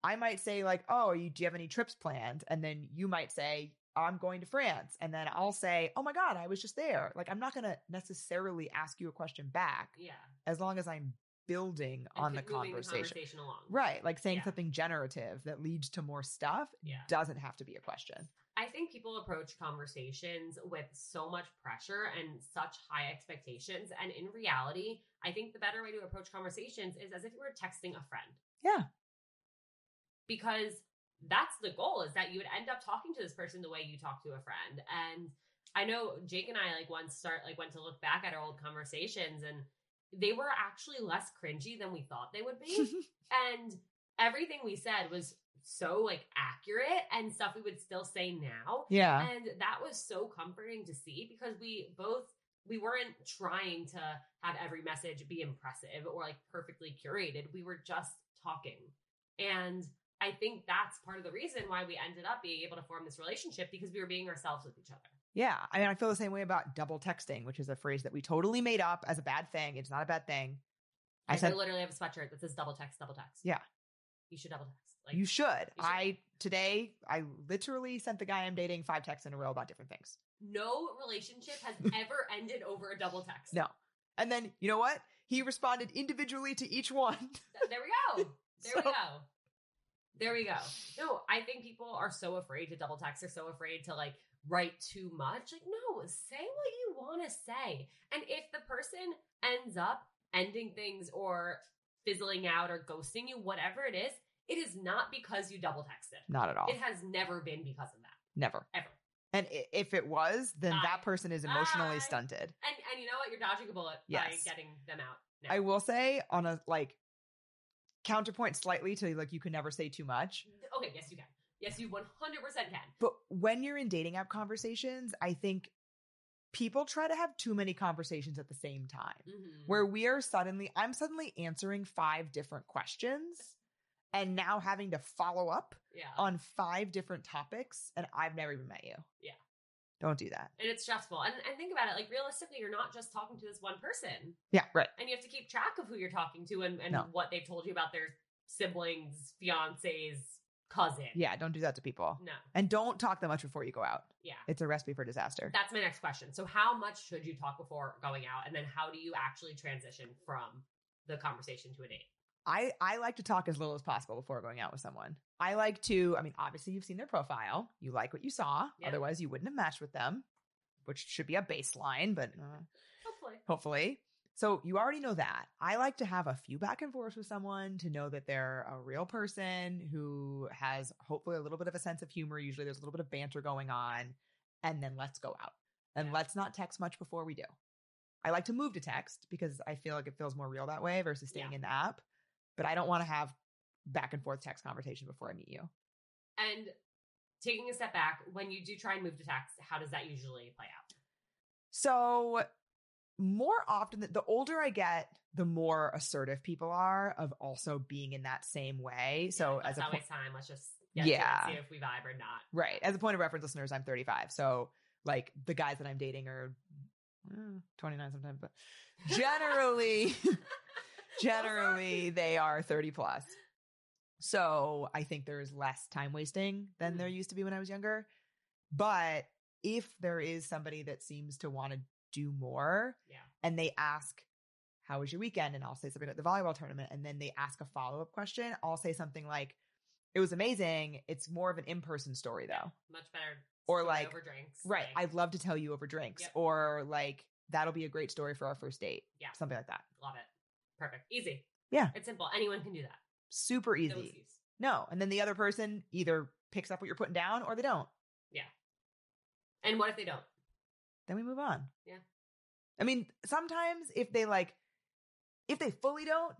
i might say like oh are you do you have any trips planned and then you might say i'm going to france and then i'll say oh my god i was just there like i'm not going to necessarily ask you a question back Yeah. as long as i'm building And on the keep moving conversation. conversation along. right like saying Yeah. something generative that leads to more stuff Yeah. doesn't have to be a question I think people approach conversations with so much pressure and such high expectations. And in reality, I think the better way to approach conversations is as if you were texting a friend. Yeah. Because that's the goal is that you would end up talking to this person the way you talk to a friend. And I know Jake and I like once start like went to look back at our old conversations and they were actually less cringy than we thought they would be. and everything we said was so like accurate and stuff we would still say now yeah and that was so comforting to see because we both we weren't trying to have every message be impressive or like perfectly curated we were just talking and i think that's part of the reason why we ended up being able to form this relationship because we were being ourselves with each other Yeah. I mean, I feel the same way about double texting, which is a phrase that we totally made up as a bad thing. It's not a bad thing. I i, said, literally have a sweatshirt that says double text double text Yeah. you should double text like you should. I should. today I literally sent the guy I'm dating five texts in a row about different things. no relationship has ever ended over a double text No. And then you know what? He responded individually to each one. Th- there we go. There we So- go. There we go. No, I think people are so afraid to double text. They're so afraid to like write too much. Like, no, say what you want to say. And if the person ends up ending things or fizzling out or ghosting you, whatever it is, it is not because you double texted. Not at all. It has never been because of that. Never. Ever. And i- if it was, then that Bye. person is emotionally Bye. stunted. And and you know what? You're dodging a bullet Yes. by getting them out. Now. I will say on a like counterpoint slightly to like you can never say too much. okay, yes, you can. Yes, you 100% can. But when you're in dating app conversations, I think people try to have too many conversations at the same time. Mhm. where we are suddenly I'm suddenly answering five different questions and now having to follow up yeah. on five different topics and I've never even met you. Yeah. Don't do that. and it's stressful. And, and think about it, like realistically, you're not just talking to this one person, Yeah, right. and you have to keep track of who you're talking to and, and No. what they've told you about their siblings, fiance's cousin. Yeah, don't do that to people. No. And don't talk that much before you go out. Mm-hmm. Yeah. It's a recipe for disaster. That's my next question. So, how much should you talk before going out, and then how do you actually transition from the conversation to a date? I, I like to talk as little as possible before going out with someone. I like to, I mean, obviously you've seen their profile. You like what you saw. Yeah. Otherwise you wouldn't have matched with them, which should be a baseline, but uh, Hopefully. hopefully. So you already know that. I like to have a few back and forths with someone to know that they're a real person who has hopefully a little bit of a sense of humor. Usually there's a little bit of banter going on. And then let's go out. And Yeah. let's not text much before we do. I like to move to text because I feel like it feels more real that way versus staying Yeah. in the app. But I don't want to have back and forth text conversation before I meet you. And taking a step back, when you do try and move to text, how does that usually play out? So more often th- the older I get, the more assertive people are of also being in that same way. So Let's as a not po- waste time. Let's just get to it, Yeah. see if we vibe or not. right, as a point of reference, listeners, I'm 35. So like the guys that I'm dating are eh, 29 sometimes, but generally, generally they are 30 plus. So I think there is less time wasting than Mhm. there used to be when I was younger. But if there is somebody that seems to want to do more Yeah. and they ask, How was your weekend? And I'll say something about the volleyball tournament. And then they ask a follow up question, I'll say something like, It was amazing. It's more of an in person story though. much better. Or, story like, over drinks, Right. like, I'd love to tell you over drinks Yep. or like, That'll be a great story for our first date. Yeah. Something like that. love it. Perfect, easy. Yeah. it's simple. Anyone can do that. Super No easy. excuse. No. And then the other person either picks up what you're putting down or they don't. And what if they don't? Then we move on. Yeah. I mean, sometimes if they like, if they fully don't,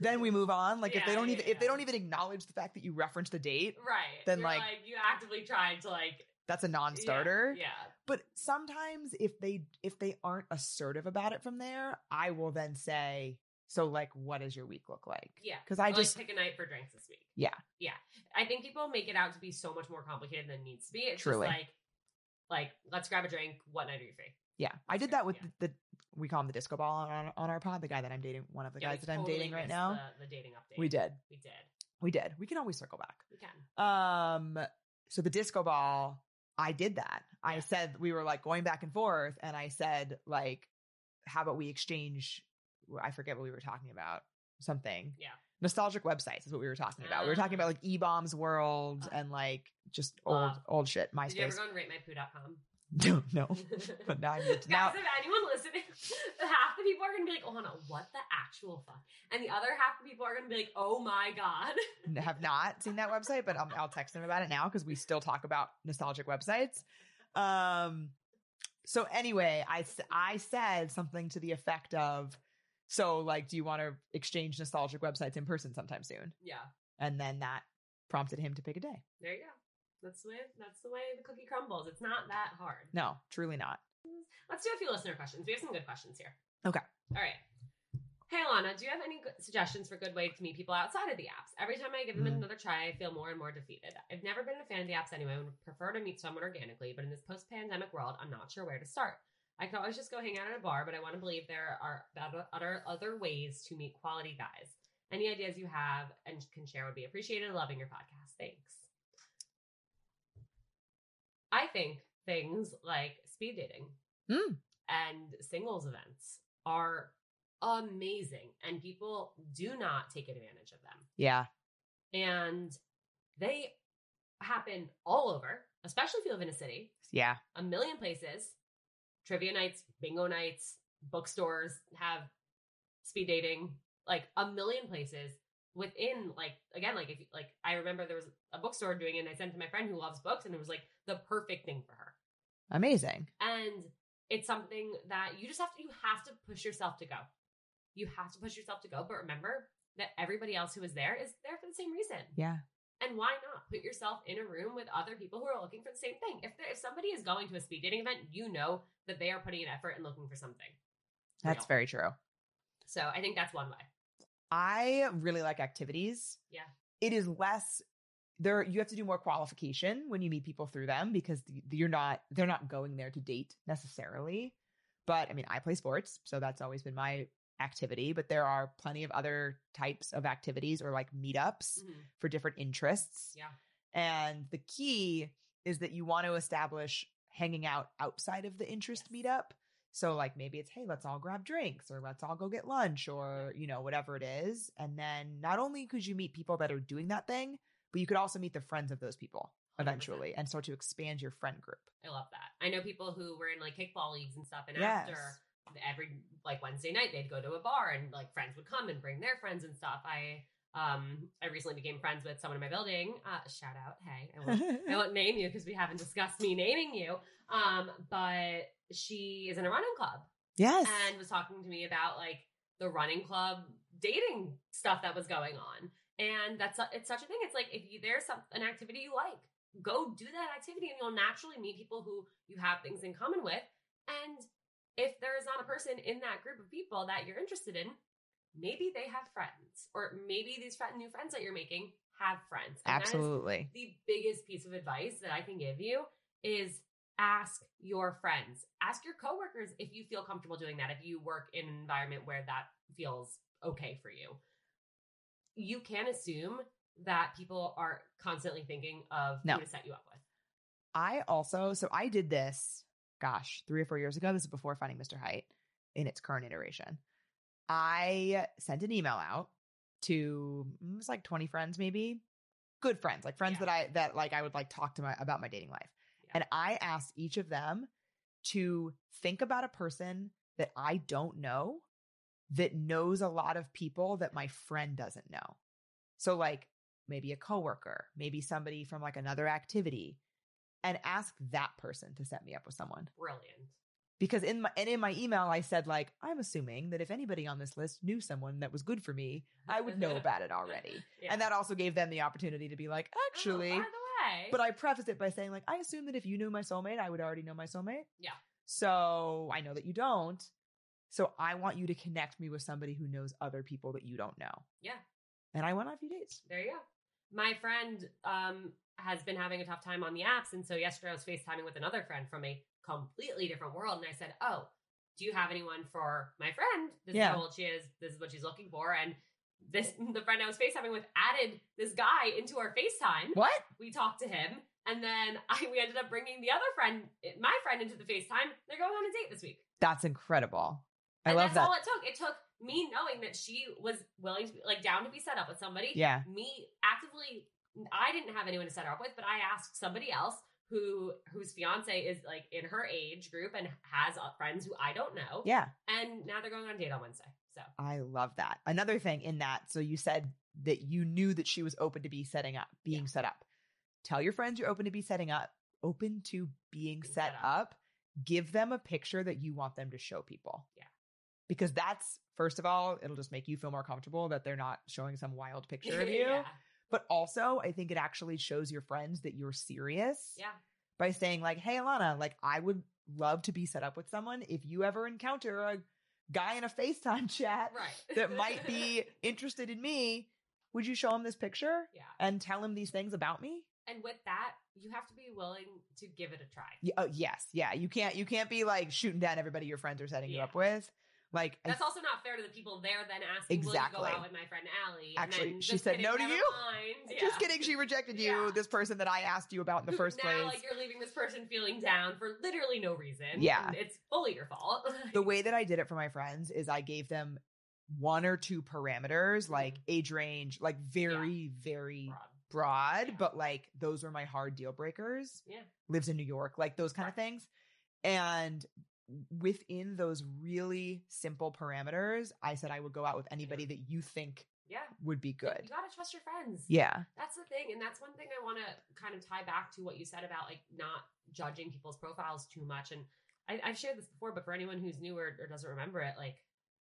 then we move on. Like if they Yeah, don't yeah, even if they yeah. don't even acknowledge the fact that you referenced the date, Right. Then, You're like- you actively tried to like that's a yeah, non-starter. Yeah. But sometimes if they if they aren't assertive about it from there, I will then say, so like, what does your week look like? Yeah. Because I Or, just like pick a night for drinks this week. Yeah. Yeah. I think people make it out to be so much more complicated than it needs to be. It's Truly. just like like let's grab a drink. What night are you free? Yeah, I did great, that with yeah. the, the we call him the disco ball on, on on our pod. The guy that I'm dating, one of the Yeah, we guys that I'm totally dating right missed now. The, the dating update. We did, We did. we did. We can always circle back. We can. Um, so the disco ball, I did that. I Yeah. said we were like going back and forth, and I said like, how about we exchange? I forget what we were talking about. Something. Yeah. Nostalgic websites is what we were talking about. we were talking Ah. about like E Bombs World Ah. and like just old Love. old shit. Did you ever MySpace. go on ratemypoo.com? No, no. But now I'm now. Guys, if anyone listening, half the people are gonna be like, "Oh no, what the actual fuck?" and the other half the people are gonna be like, "Oh my god." n- have not seen that website, but um, I'll text them about it now because we still talk about nostalgic websites. Um, so anyway, I s- I said something to the effect of, so like, do you want to exchange nostalgic websites in person sometime soon? Yeah, And then that prompted him to pick a day. there you go. That's the way. That's the way the cookie crumbles. It's not that hard. No, truly not. Let's do a few listener questions. We have some good questions here. Okay. All right. Hey, Lana, do you have any good suggestions for good ways to meet people outside of the apps? Every time I give them Mm. another try, I feel more and more defeated. I've never been a fan of the apps anyway and would prefer to meet someone organically, but in this post pandemic world, I'm not sure where to start. I could always just go hang out at a bar, but I want to believe there are better- other, other ways to meet quality guys. Any ideas you have and can share would be appreciated. Loving your podcast. Thanks. I think things like speed dating Mm. and singles events are amazing and people do not take advantage of them Yeah, and they happen all over especially if you live in a city yeah, a million places trivia nights bingo nights bookstores have speed dating like a million places within like again like if you- like i remember there was a bookstore doing it and i sent it to my friend who loves books and it was like the perfect thing for her amazing. and it's something that you just have to you have to push yourself to go you have to push yourself to go but remember that everybody else who is there is there for the same reason Yeah, and why not put yourself in a room with other people who are looking for the same thing if there, if somebody is going to a speed dating event you know that they are putting an effort and looking for something that's real. very true. so i think that's one way I really like activities. Yeah. It is less there you have to do more qualification when you meet people through them because th- you're not they're not going there to date necessarily. But I mean, I play sports, so that's always been my activity, but there are plenty of other types of activities or like meetups Mhm. for different interests. Yeah. And the key is that you want to establish hanging out outside of the interest meetup. So, like, maybe it's, hey, let's all grab drinks or let's all go get lunch or, you know, whatever it is. And then not only could you meet people that are doing that thing, but you could also meet the friends of those people 100%. eventually and start to expand your friend group. i love that i know people who were in like kickball leagues and stuff and Yes. after every like Wednesday night they'd go to a bar and like friends would come and bring their friends and stuff. I um I recently became friends with someone in my building. Uh, shout out, hey, I won't, I won't name you because we haven't discussed me naming you. Um, but she is in a running club yes. and was talking to me about like the running club dating stuff that was going on. And that's su- it's such a thing. It's like if you, there's some, an activity you like, go do that activity, and you'll naturally meet people who you have things in common with. And if there is not a person in that group of people that you're interested in, maybe they have friends, or maybe these friend, new friends that you're making have friends. And that is Absolutely. the biggest piece of advice that I can give you is ask your friends, ask your coworkers if you feel comfortable doing that, if you work in an environment where that feels okay for you. You can assume that people are constantly thinking of No. who to set you up with. I also, so I did this, gosh, three or four years ago. This is before finding Mr. Height in its current iteration. I sent an email out to mm, it was like 20 friends, maybe good friends, like friends Yeah. that I, that like I would like talk to my, about my dating life. Yeah. And I asked each of them to think about a person that I don't know that knows a lot of people that my friend doesn't know. So like maybe a coworker, maybe somebody from like another activity and ask that person to set me up with someone. Brilliant. Because in my and in my email I said like I'm assuming that if anybody on this list knew someone that was good for me, I would know about it already. Yeah. And that also gave them the opportunity to be like Oh, actually by the way, but I preface it by saying, like, I assume that if you knew my soulmate, I would already know my soulmate. Yeah. So I know that you don't. So I want you to connect me with somebody who knows other people that you don't know. Yeah. And I went on a few dates. There you go. My friend um, has been having a tough time on the apps. And so yesterday I was FaceTiming with another friend from a completely different world. And I said, Oh, do you have anyone for my friend? This is Yeah. how old she is. This is what she's looking for. And this, the friend I was FaceTiming with added this guy into our FaceTime. What? We talked to him. And then I, we ended up bringing the other friend, my friend, into the FaceTime. They're going on a date this week. That's incredible. I and that's love that. all it took. It took me knowing that she was willing to be like down to be set up with somebody yeah. me actively I didn't have anyone to set her up with, but I asked somebody else who whose fiance is like in her age group and has uh, friends who I don't know. Yeah. And now they're going on a date on Wednesday. So I love that. Another thing in that, so you said that you knew that she was open to be setting up, being set up. Tell your friends you're open to be setting up, open to being Being set set up. Give them a picture that you want them to show people. Yeah. Because that's first of all, it'll just make you feel more comfortable that they're not showing some wild picture of you. yeah. But also, I think it actually shows your friends that you're serious Yeah. by saying like, "Hey, Alana, like I would love to be set up with someone. If you ever encounter a guy in a FaceTime chat, Right. that might be interested in me, would you show him this picture Yeah. and tell him these things about me? And with that, you have to be willing to give it a try. Yeah, oh, yes, yeah. You can't you can't be like shooting down everybody your friends are setting you Yeah. up with. Like I- That's also not fair to the people there then asking will Exactly. you go out with my friend Allie? Actually, and then, she "Just said kidding, no to never you? mind." just Yeah. kidding, she rejected you, Yeah. this person that I asked you about in the Who first now, place. like you're leaving this person feeling down for literally no reason. Yeah. And it's fully your fault. the way that I did it for my friends is I gave them one or two parameters, like Mm-hmm. age range, like very, very Rob. broad, Yeah. but like those were my hard deal breakers. Yeah. Lives in New York, like those kind of things. And within those really simple parameters, I said I would go out with anybody that you think Yeah. would be You good. gotta trust your friends. Yeah. That's the thing. And that's one thing I wanna kind of tie back to what you said about like not judging people's profiles too much. And I, I've shared this before, but for anyone who's new or, or doesn't remember it, like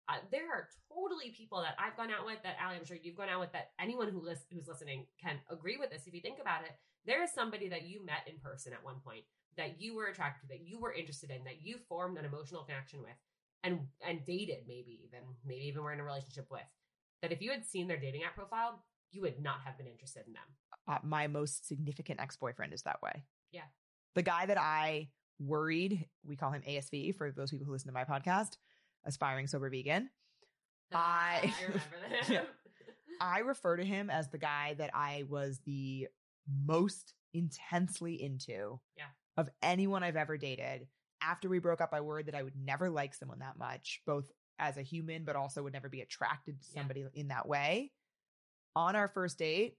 uh, there are totally people that I've gone out with that Allie, I'm sure you've gone out with that anyone who lis- who's listening can agree with this. If you think about it, there is somebody that you met in person at one point that you were attracted to, that you were interested in, that you formed an emotional connection with, and and dated maybe even maybe even were in a relationship with. That if you had seen their dating app profile, you would not have been interested in them. Uh, my most significant ex boyfriend is that way. Yeah. The guy that I worried, we call him ASV for those people who listen to my podcast, Aspiring Sober Vegan. I- I remember Yeah. them. I refer to him as the guy that I was the most intensely into Yeah. of anyone I've ever dated. After we broke up, I worried that I would never like someone that much, both as a human, but also would never be attracted to Yeah. somebody in that way. On our first date,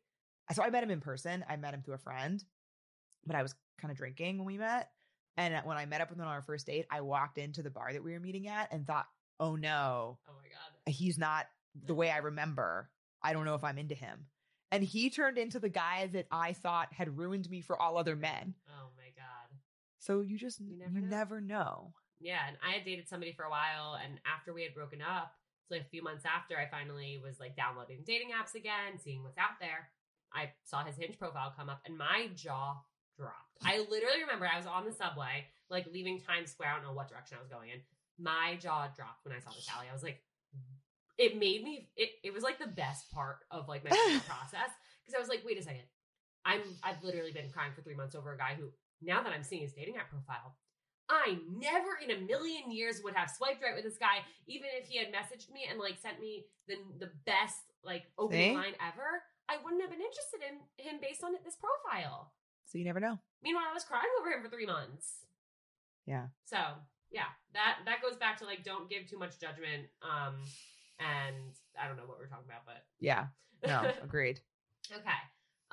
so I met him in person. I met him through a friend, but I was kind of drinking when we met. And when I met up with him on our first date, I walked into the bar that we were meeting at and thought, oh no, Oh my god. he's not the way I remember. I don't know if I'm into him. And he turned into the guy that I thought had ruined me for all other men. Oh my god. So you just you You never never know. know. Yeah, and I had dated somebody for a while, and after we had broken up, so like a few months after, I finally was like downloading dating apps again, seeing what's out there. I saw his Hinge profile come up, and my jaw dropped. I literally remember I was on the subway, like leaving Times Square. I don't know what direction I was going in. My jaw dropped when I saw this alley. I was like, it made me. It, it was like the best part of like my dating process because I was like, wait a second, I'm I've literally been crying for three months over a guy who now that I'm seeing his dating app profile, I never in a million years would have swiped right with this guy, even if he had messaged me and like sent me the the best like opening See? line ever. I wouldn't have been interested in him based on this profile. So you never know. Meanwhile, I was crying over him for three months. Yeah. So yeah, that that goes back to like don't give too much judgment. Um, and I don't know what we're talking about, but Yeah. No, agreed. okay.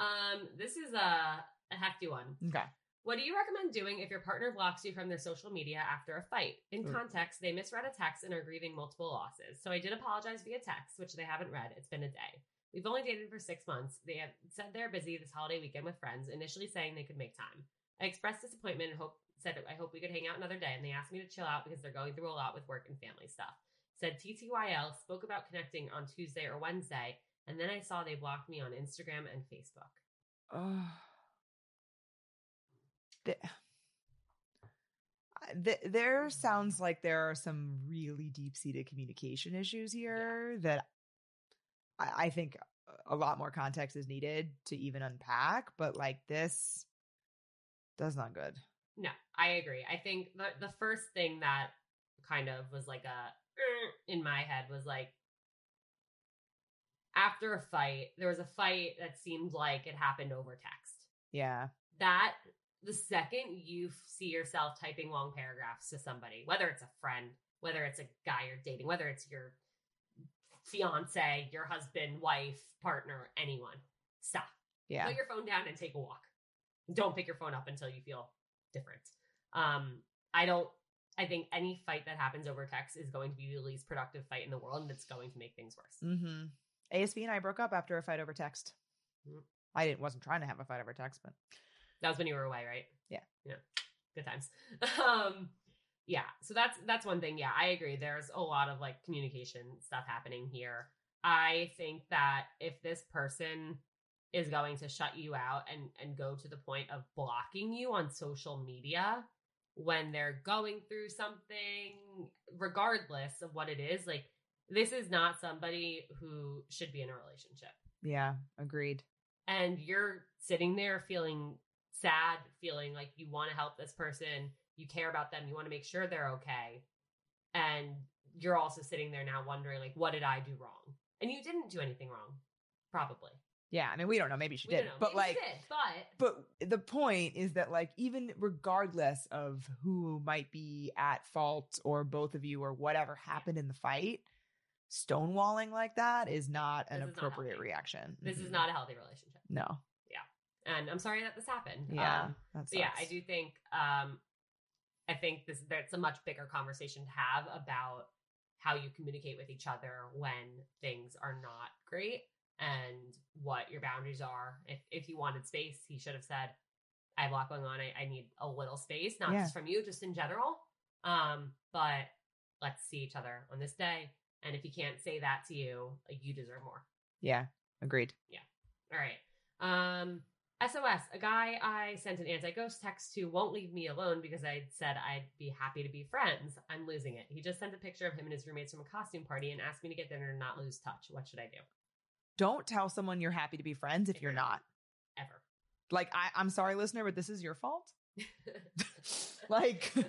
Um, this is a a hefty one. Okay. What do you recommend doing if your partner blocks you from their social media after a fight? In Mm. context, they misread a text and are grieving multiple losses. So I did apologize via text, which they haven't read. It's been a day. We've only dated for six months. They have said they're busy this holiday weekend with friends, initially saying they could make time. I expressed disappointment and hope said I hope we could hang out another day, and they asked me to chill out because they're going through a lot with work and family stuff. Said TTYL, spoke about connecting on Tuesday or Wednesday, and then I saw they blocked me on Instagram and Facebook. Oh. The- I- th- there sounds like there are some really deep seated communication issues here that I-, I think a lot more context is needed to even unpack, but like this, that's not good. No, I agree. I think the the first thing that kind of was like a "Eh," in my head was like after a fight, there was a fight that seemed like it happened over text. Yeah. That the second you f- see yourself typing long paragraphs to somebody, whether it's a friend, whether it's a guy you're dating, whether it's your fiance, your husband, wife, partner, anyone, stop. Yeah. Put your phone down and take a walk. Don't pick your phone up until you feel different. Um, I don't. I think any fight that happens over text is going to be the least productive fight in the world, and it's going to make things worse. Mm-hmm. ASV and I broke up after a fight over text. Mm. I didn't wasn't trying to have a fight over text, but That was when you were away, right? Yeah. Yeah. Good times. um, yeah. So that's that's one thing. Yeah, I agree. There's a lot of like communication stuff happening here. I think that if this person is going to shut you out and and go to the point of blocking you on social media when they're going through something regardless of what it is like this is not somebody who should be in a relationship yeah, agreed. and you're sitting there feeling sad feeling like you want to help this person you care about them you want to make sure they're okay and you're also sitting there now wondering like what did i do wrong and you didn't do anything wrong probably Yeah, I mean we don't know. Maybe she we did, don't know but Maybe you like, did, but but the point is that like even regardless of who might be at fault or both of you or whatever happened in the fight, stonewalling like that is not an This is not appropriate healthy. reaction. this is Mhm. not a healthy relationship no. and i'm sorry that this happened Yeah, um, that's but yeah i do think um i think this that's a much bigger conversation to have about how you communicate with each other when things are not great and what your boundaries are if if he wanted space he should have said i have a lot going on i, I need a little space not Yeah. just from you just in general um but let's see each other on this day and if he can't say that to you like, you deserve more Yeah, agreed. all right. Um, SOS, a guy I sent an anti ghost text to won't leave me alone because I said I'd be happy to be friends. I'm losing it. He just sent a picture of him and his roommates from a costume party and asked me to get dinner and not lose touch. What should I do? Don't tell someone you're happy to be friends if If you're you're not. Ever. Like I, I'm sorry, listener, but this is your fault. Like, you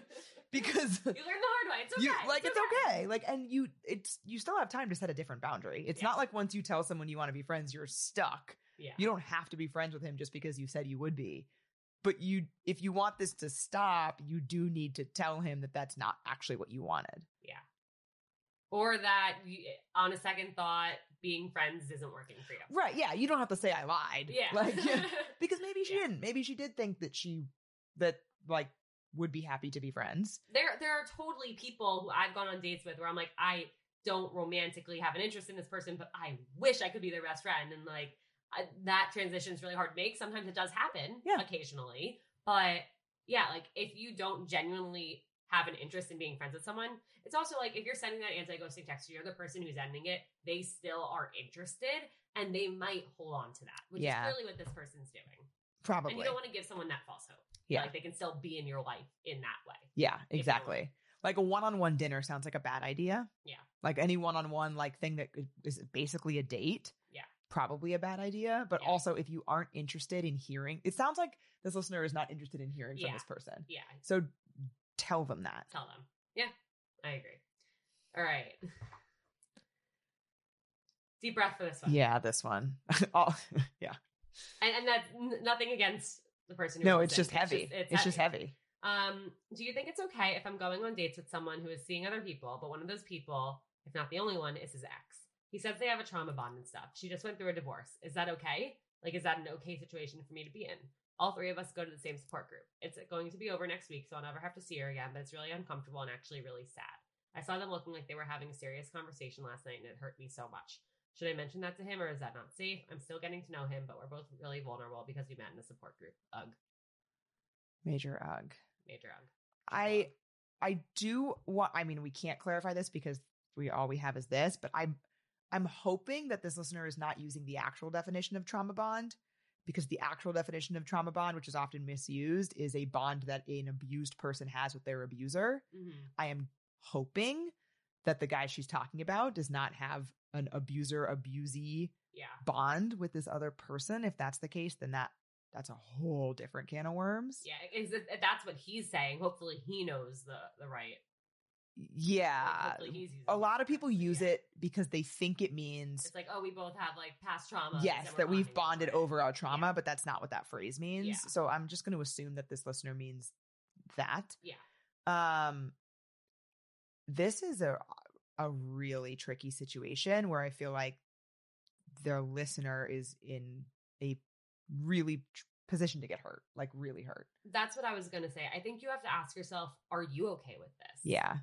because learn the hard way. It's okay. you like it's okay. like and you it's you still have time to set a different boundary it's Yeah. not like once you tell someone you want to be friends you're stuck Yeah. you don't have to be friends with him just because you said you would be but you if you want this to stop you do need to tell him that that's not actually what you wanted or that you, on a second thought, being friends isn't working for you. right yeah you don't have to say i lied Yeah. like because maybe she Yeah. didn't maybe she did think that she that like would be happy to be friends there there are totally people who I've gone on dates with where I'm like, I don't romantically have an interest in this person, but I wish I could be their best friend. And like I, that transition is really hard to make. Sometimes it does happen, Yeah. occasionally, but yeah, like if you don't genuinely have an interest in being friends with someone, it's also like if you're sending that anti-ghosting text, you're the person who's ending it. They still are interested, and they might hold on to that, which Yeah. is really what this person's doing. probably And you don't want to give someone that false hope. Yeah. like they can still be in your life in that way. Yeah, you will. exactly. Like a one-on-one dinner sounds like a bad idea. Yeah. Like any one-on-one like thing that is basically a date. Yeah. Probably a bad idea, but Yeah. also if you aren't interested in hearing, it sounds like this listener is not interested in hearing Yeah. from this person. Yeah, So tell them that. tell them. Yeah, I agree. All right. Deep breath for this one. Yeah, this one. All, yeah. And, and that's n- nothing against the person who No, wrote it's it. just heavy. it's, It's just heavy. Um, do you think it's okay if I'm going on dates with someone who is seeing other people, but one of those people, if not the only one, is his ex? He says they have a trauma bond and stuff. She just went through a divorce. Is that okay? Like, is that an okay situation for me to be in? All three of us go to the same support group. It's going to be over next week, so I'll never have to see her again, but it's really uncomfortable and actually really sad. I saw them looking like they were having a serious conversation last night and it hurt me so much. Should I mention that to him or is that not safe? I'm still getting to know him, but we're both really vulnerable because we met in a support group. Ugh, Major ugh. major ugh. I I do want I mean we can't clarify this because we all we have is this, but I'm I'm hoping that this listener is not using the actual definition of trauma bond because the actual definition of trauma bond, which is often misused, is a bond that an abused person has with their abuser. Mm-hmm. I am hoping that the guy she's talking about does not have an abuser abusee Yeah. bond with this other person. If that's the case, then that that's a whole different can of worms. Yeah, is it, that's what he's saying. Hopefully, he knows the the right. Yeah. Hopefully he's using a it. lot of people use Yeah. it because they think it means It's like, oh, we both have like past trauma. yes that we've bonded over our trauma Yeah. but that's not what that phrase means Yeah. so i'm just going to assume that this listener means that Yeah. um this is a a really tricky situation where i feel like their listener is in a really tr- position to get hurt like really hurt That's what I was gonna say. I think you have to ask yourself, are you okay with this? yeah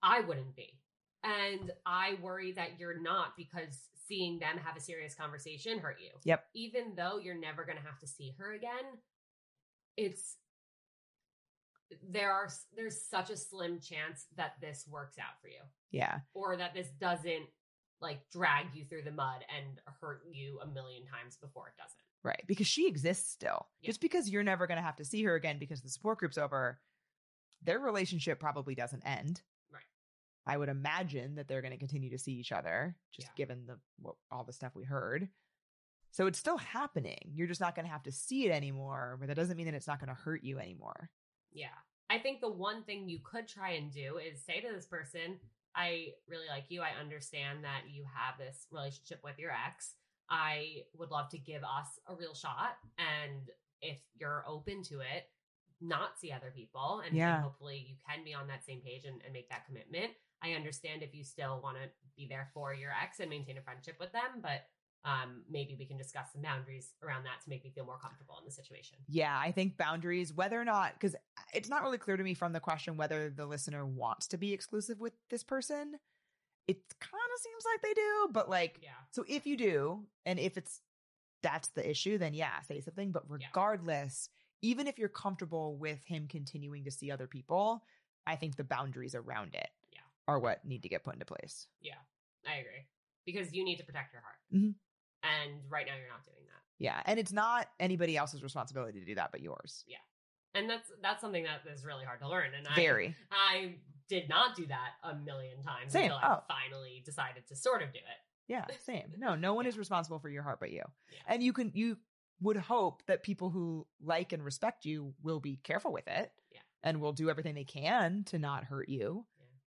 I wouldn't be, and I worry that you're not because seeing them have a serious conversation hurt you. Yep. Even though you're never gonna have to see her again, it's there are there's such a slim chance that this works out for you. yeah or that this doesn't like drag you through the mud and hurt you a million times before it doesn't. right because she exists still Yeah. just because you're never going to have to see her again because the support group's over their relationship probably doesn't end Right. i would imagine that they're going to continue to see each other just Yeah. given the what, all the stuff we heard so it's still happening you're just not going to have to see it anymore but that doesn't mean that it's not going to hurt you anymore Yeah. I think the one thing you could try and do is say to this person, I really like you. I understand that you have this relationship with your ex. I would love to give us a real shot. And if you're open to it, not see other people. And, and Yeah. hopefully you can be on that same page and, and make that commitment. I understand if you still want to be there for your ex and maintain a friendship with them, but um, maybe we can discuss some boundaries around that to make me feel more comfortable in the situation. yeah i think boundaries whether or not because it's not really clear to me from the question whether the listener wants to be exclusive with this person it kind of seems like they do but like Yeah. So if you do, and if it's that's the issue, then yeah, say something. But Yeah. regardless, even if you're comfortable with him continuing to see other people, I think the boundaries around it Yeah. are what need to get put into place. I agree because you need to protect your heart, Mhm. and right now you're not doing that. Yeah. And it's not anybody else's responsibility to do that but yours. And that's that's something that is really hard to learn. And Very. I I did not do that a million times Same. until I Oh. finally decided to sort of do it. Yeah. Same. No, no one Yeah. is responsible for your heart but you. Yeah. And you can you would hope that people who like and respect you will be careful with it. Yeah. And will do everything they can to not hurt you.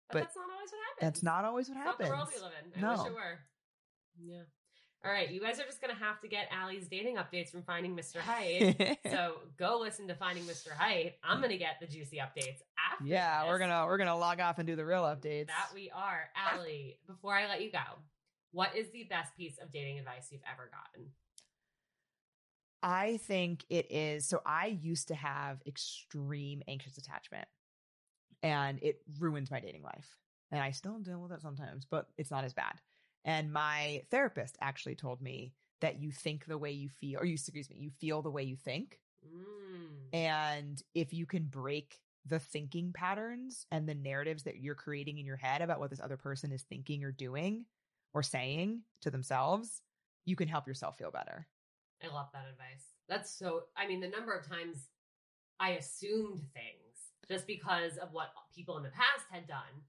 But, But that's not always what happens. That's not always what It's Not happens. the world we live in. I wish No. it were. Yeah. All right, you guys are just gonna have to get Allie's dating updates from Finding Mr. Hyde. so go listen to Finding Mr. Hyde. I'm gonna get the juicy updates after. Yeah, we're this. gonna we're gonna log off and do the real updates. That we are. Allie, before I let you go, what is the best piece of dating advice you've ever gotten? I think it is. So I used to have extreme anxious attachment, and it ruined my dating life. And I still deal with it sometimes, but it's not as bad. And my therapist actually told me that you think the way you feel, or you excuse me, you feel the way you think. Mm. And if you can break the thinking patterns and the narratives that you're creating in your head about what this other person is thinking or doing or saying to themselves, you can help yourself feel better. I love that advice. That's so, I mean, the number of times I assumed things just because of what people in the past had done.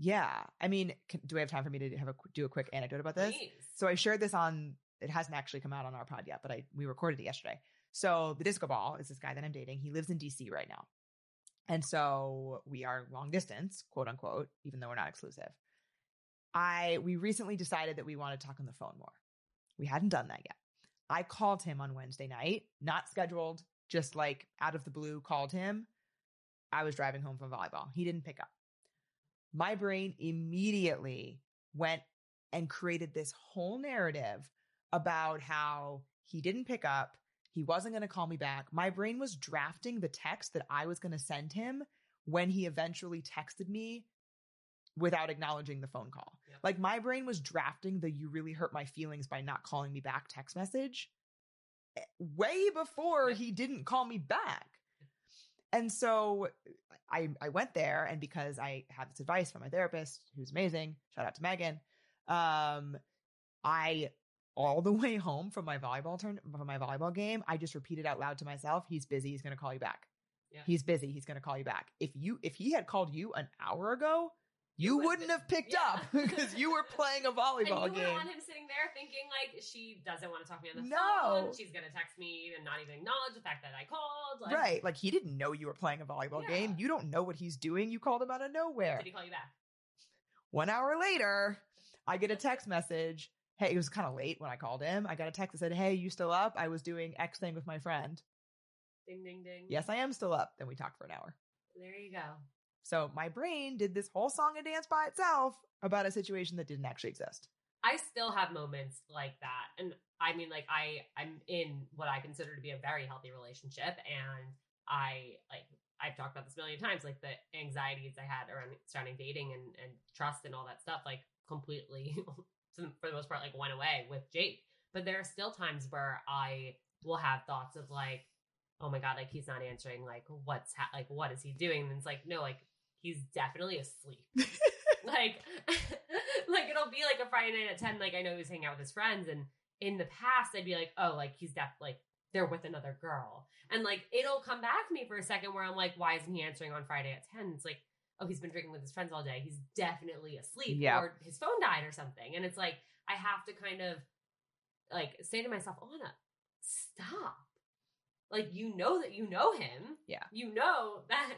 Yeah. I mean, can, do I have time for me to have a do a quick anecdote about this? Please. So I shared this on it hasn't actually come out on our pod yet, but I we recorded it yesterday. So the disco ball is this guy that I'm dating. He lives in DC right now. And so we are long distance, quote unquote, even though we're not exclusive. I we recently decided that we want to talk on the phone more. We hadn't done that yet. I called him on Wednesday night, not scheduled, just like out of the blue called him. I was driving home from volleyball. He didn't pick up. My brain immediately went and created this whole narrative about how he didn't pick up. He wasn't going to call me back. My brain was drafting the text that I was going to send him when he eventually texted me without acknowledging the phone call. Yep. Like my brain was drafting the you really hurt my feelings by not calling me back text message eh, way before Yep. he didn't call me back. And so eh, I I went there and because I had this advice from my therapist who's amazing, shout out to Megan. Um I all the way home from my volleyball turn from my volleyball game, I just repeated out loud to myself, he's busy, he's going to call you back. Yeah. He's busy, he's going to call you back. If you if he had called you an hour ago, you, would've wouldn't been- have picked Yeah. up because you were playing a And you volleyball wouldn't game. want him sitting there thinking like she doesn't want to talk to me on the No. phone. She's gonna text me and not even acknowledge the fact that I called. Like, right. Like he didn't know you were playing a volleyball Yeah. game. You don't know what he's doing. You called him out of nowhere. Did he call you back? One hour later, I get a text message. Hey, it was kind of late when I called him. I got a text that said, Hey, you still up? I was doing X thing with my friend. Mm-hmm. Ding ding ding. Yes, I am still up. Then we talked for an hour. There you go. So my brain did this whole song and dance by itself about a situation that didn't actually exist. I still have moments like that. And I mean like I I'm in what I consider to be a very healthy relationship and I like I've talked about this a million times like the anxieties I had around surrounding dating and and trust and all that stuff like completely some- for the most part like went away with Jake. But there are still times where I will have thoughts of like oh my god like he's not answering like what's ha- like what is he doing and it's like no like he's definitely asleep like like it'll be like a Friday night at ten. Like I know he was hanging out with his friends, and in the past I'd be like, oh, like he's def like they're with another girl, and like it'll come back to me for a second where I'm like, why isn't he answering on Friday at ten? It's like, oh, he's been drinking with his friends all day. He's definitely asleep, Yeah. or his phone died or something. And it's like I have to kind of like say to myself, Anna, stop. Like you know that you know him. Yeah. You know that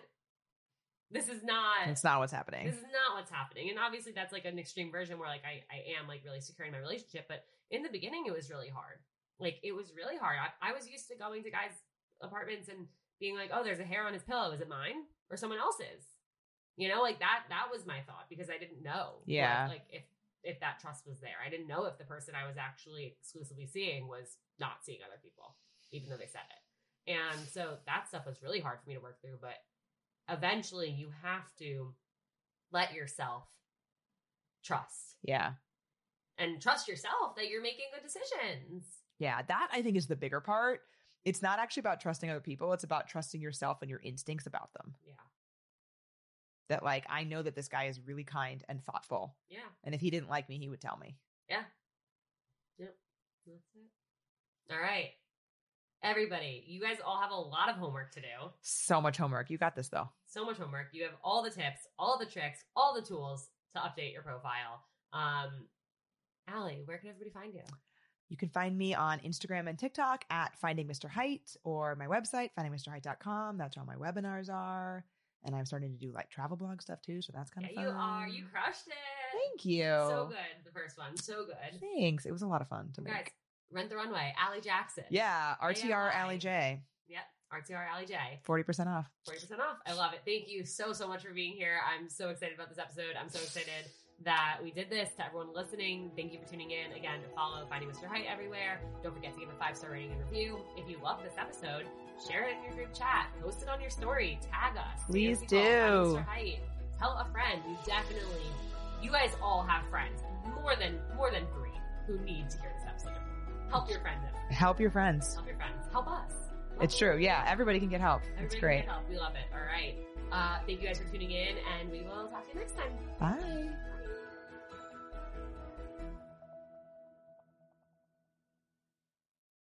this is not It's not what's happening. this is not what's happening. And obviously that's like an extreme version where like I, I am like really securing my relationship. But in the beginning it was really hard. Like it was really hard. I, I was used to going to guys' apartments and being like, Oh, there's a hair on his pillow. Is it mine? Or someone else's? You know, like that that was my thought because I didn't know. what- Yeah. like if if that trust was there. I didn't know if the person I was actually exclusively seeing was not seeing other people, even though they said it. And so that stuff was really hard for me to work through, but eventually you have to let yourself trust yeah. and trust yourself that you're making good decisions. Yeah. That I think is the bigger part. It's not actually about trusting other people. It's about trusting yourself and your instincts about them. Yeah. That like I know that this guy is really kind and thoughtful. Yeah. And if he didn't like me, he would tell me. That's it. All right. Everybody, you guys all have a lot of homework to do. So much homework. You got this though. So much homework. You have all the tips, all the tricks, all the tools to update your profile. Um, Allie, where can everybody find you? You can find me on Instagram and TikTok at Finding Mr. Height or my website, findingmrheight.com. That's where all my webinars are. And I'm starting to do like travel blog stuff too. So that's kind of Yeah, fun. you are. You crushed it. Thank you. So good. The first one. So good. Thanks. It was a lot of fun to make. Guys, rent the runway. Allie Jackson. Yeah. RTR AI. Alley J. Yep. RTR Allie J. 40% off. 40% off. I love it. Thank you so, so much for being here. I'm so excited about this episode. I'm so excited that we did this to everyone listening. Thank you for tuning in. Again, follow Finding Mr. Height everywhere. Don't forget to give a five star rating and review. If you love this episode, share it in your group chat, post it on your story, tag us. Please Nancy Gold, do. Finding Mr. Height. Tell a friend. You definitely, you guys all have friends, more than, more than three, who need to hear this episode. Help your friends out. Help your friends. Help your friends. Help us. Help It's true. Yeah. Everybody can get help. Everybody It's can great. get help. We love it. All right. Uh, thank you guys for tuning in, and we will talk to you next time. Bye. Bye.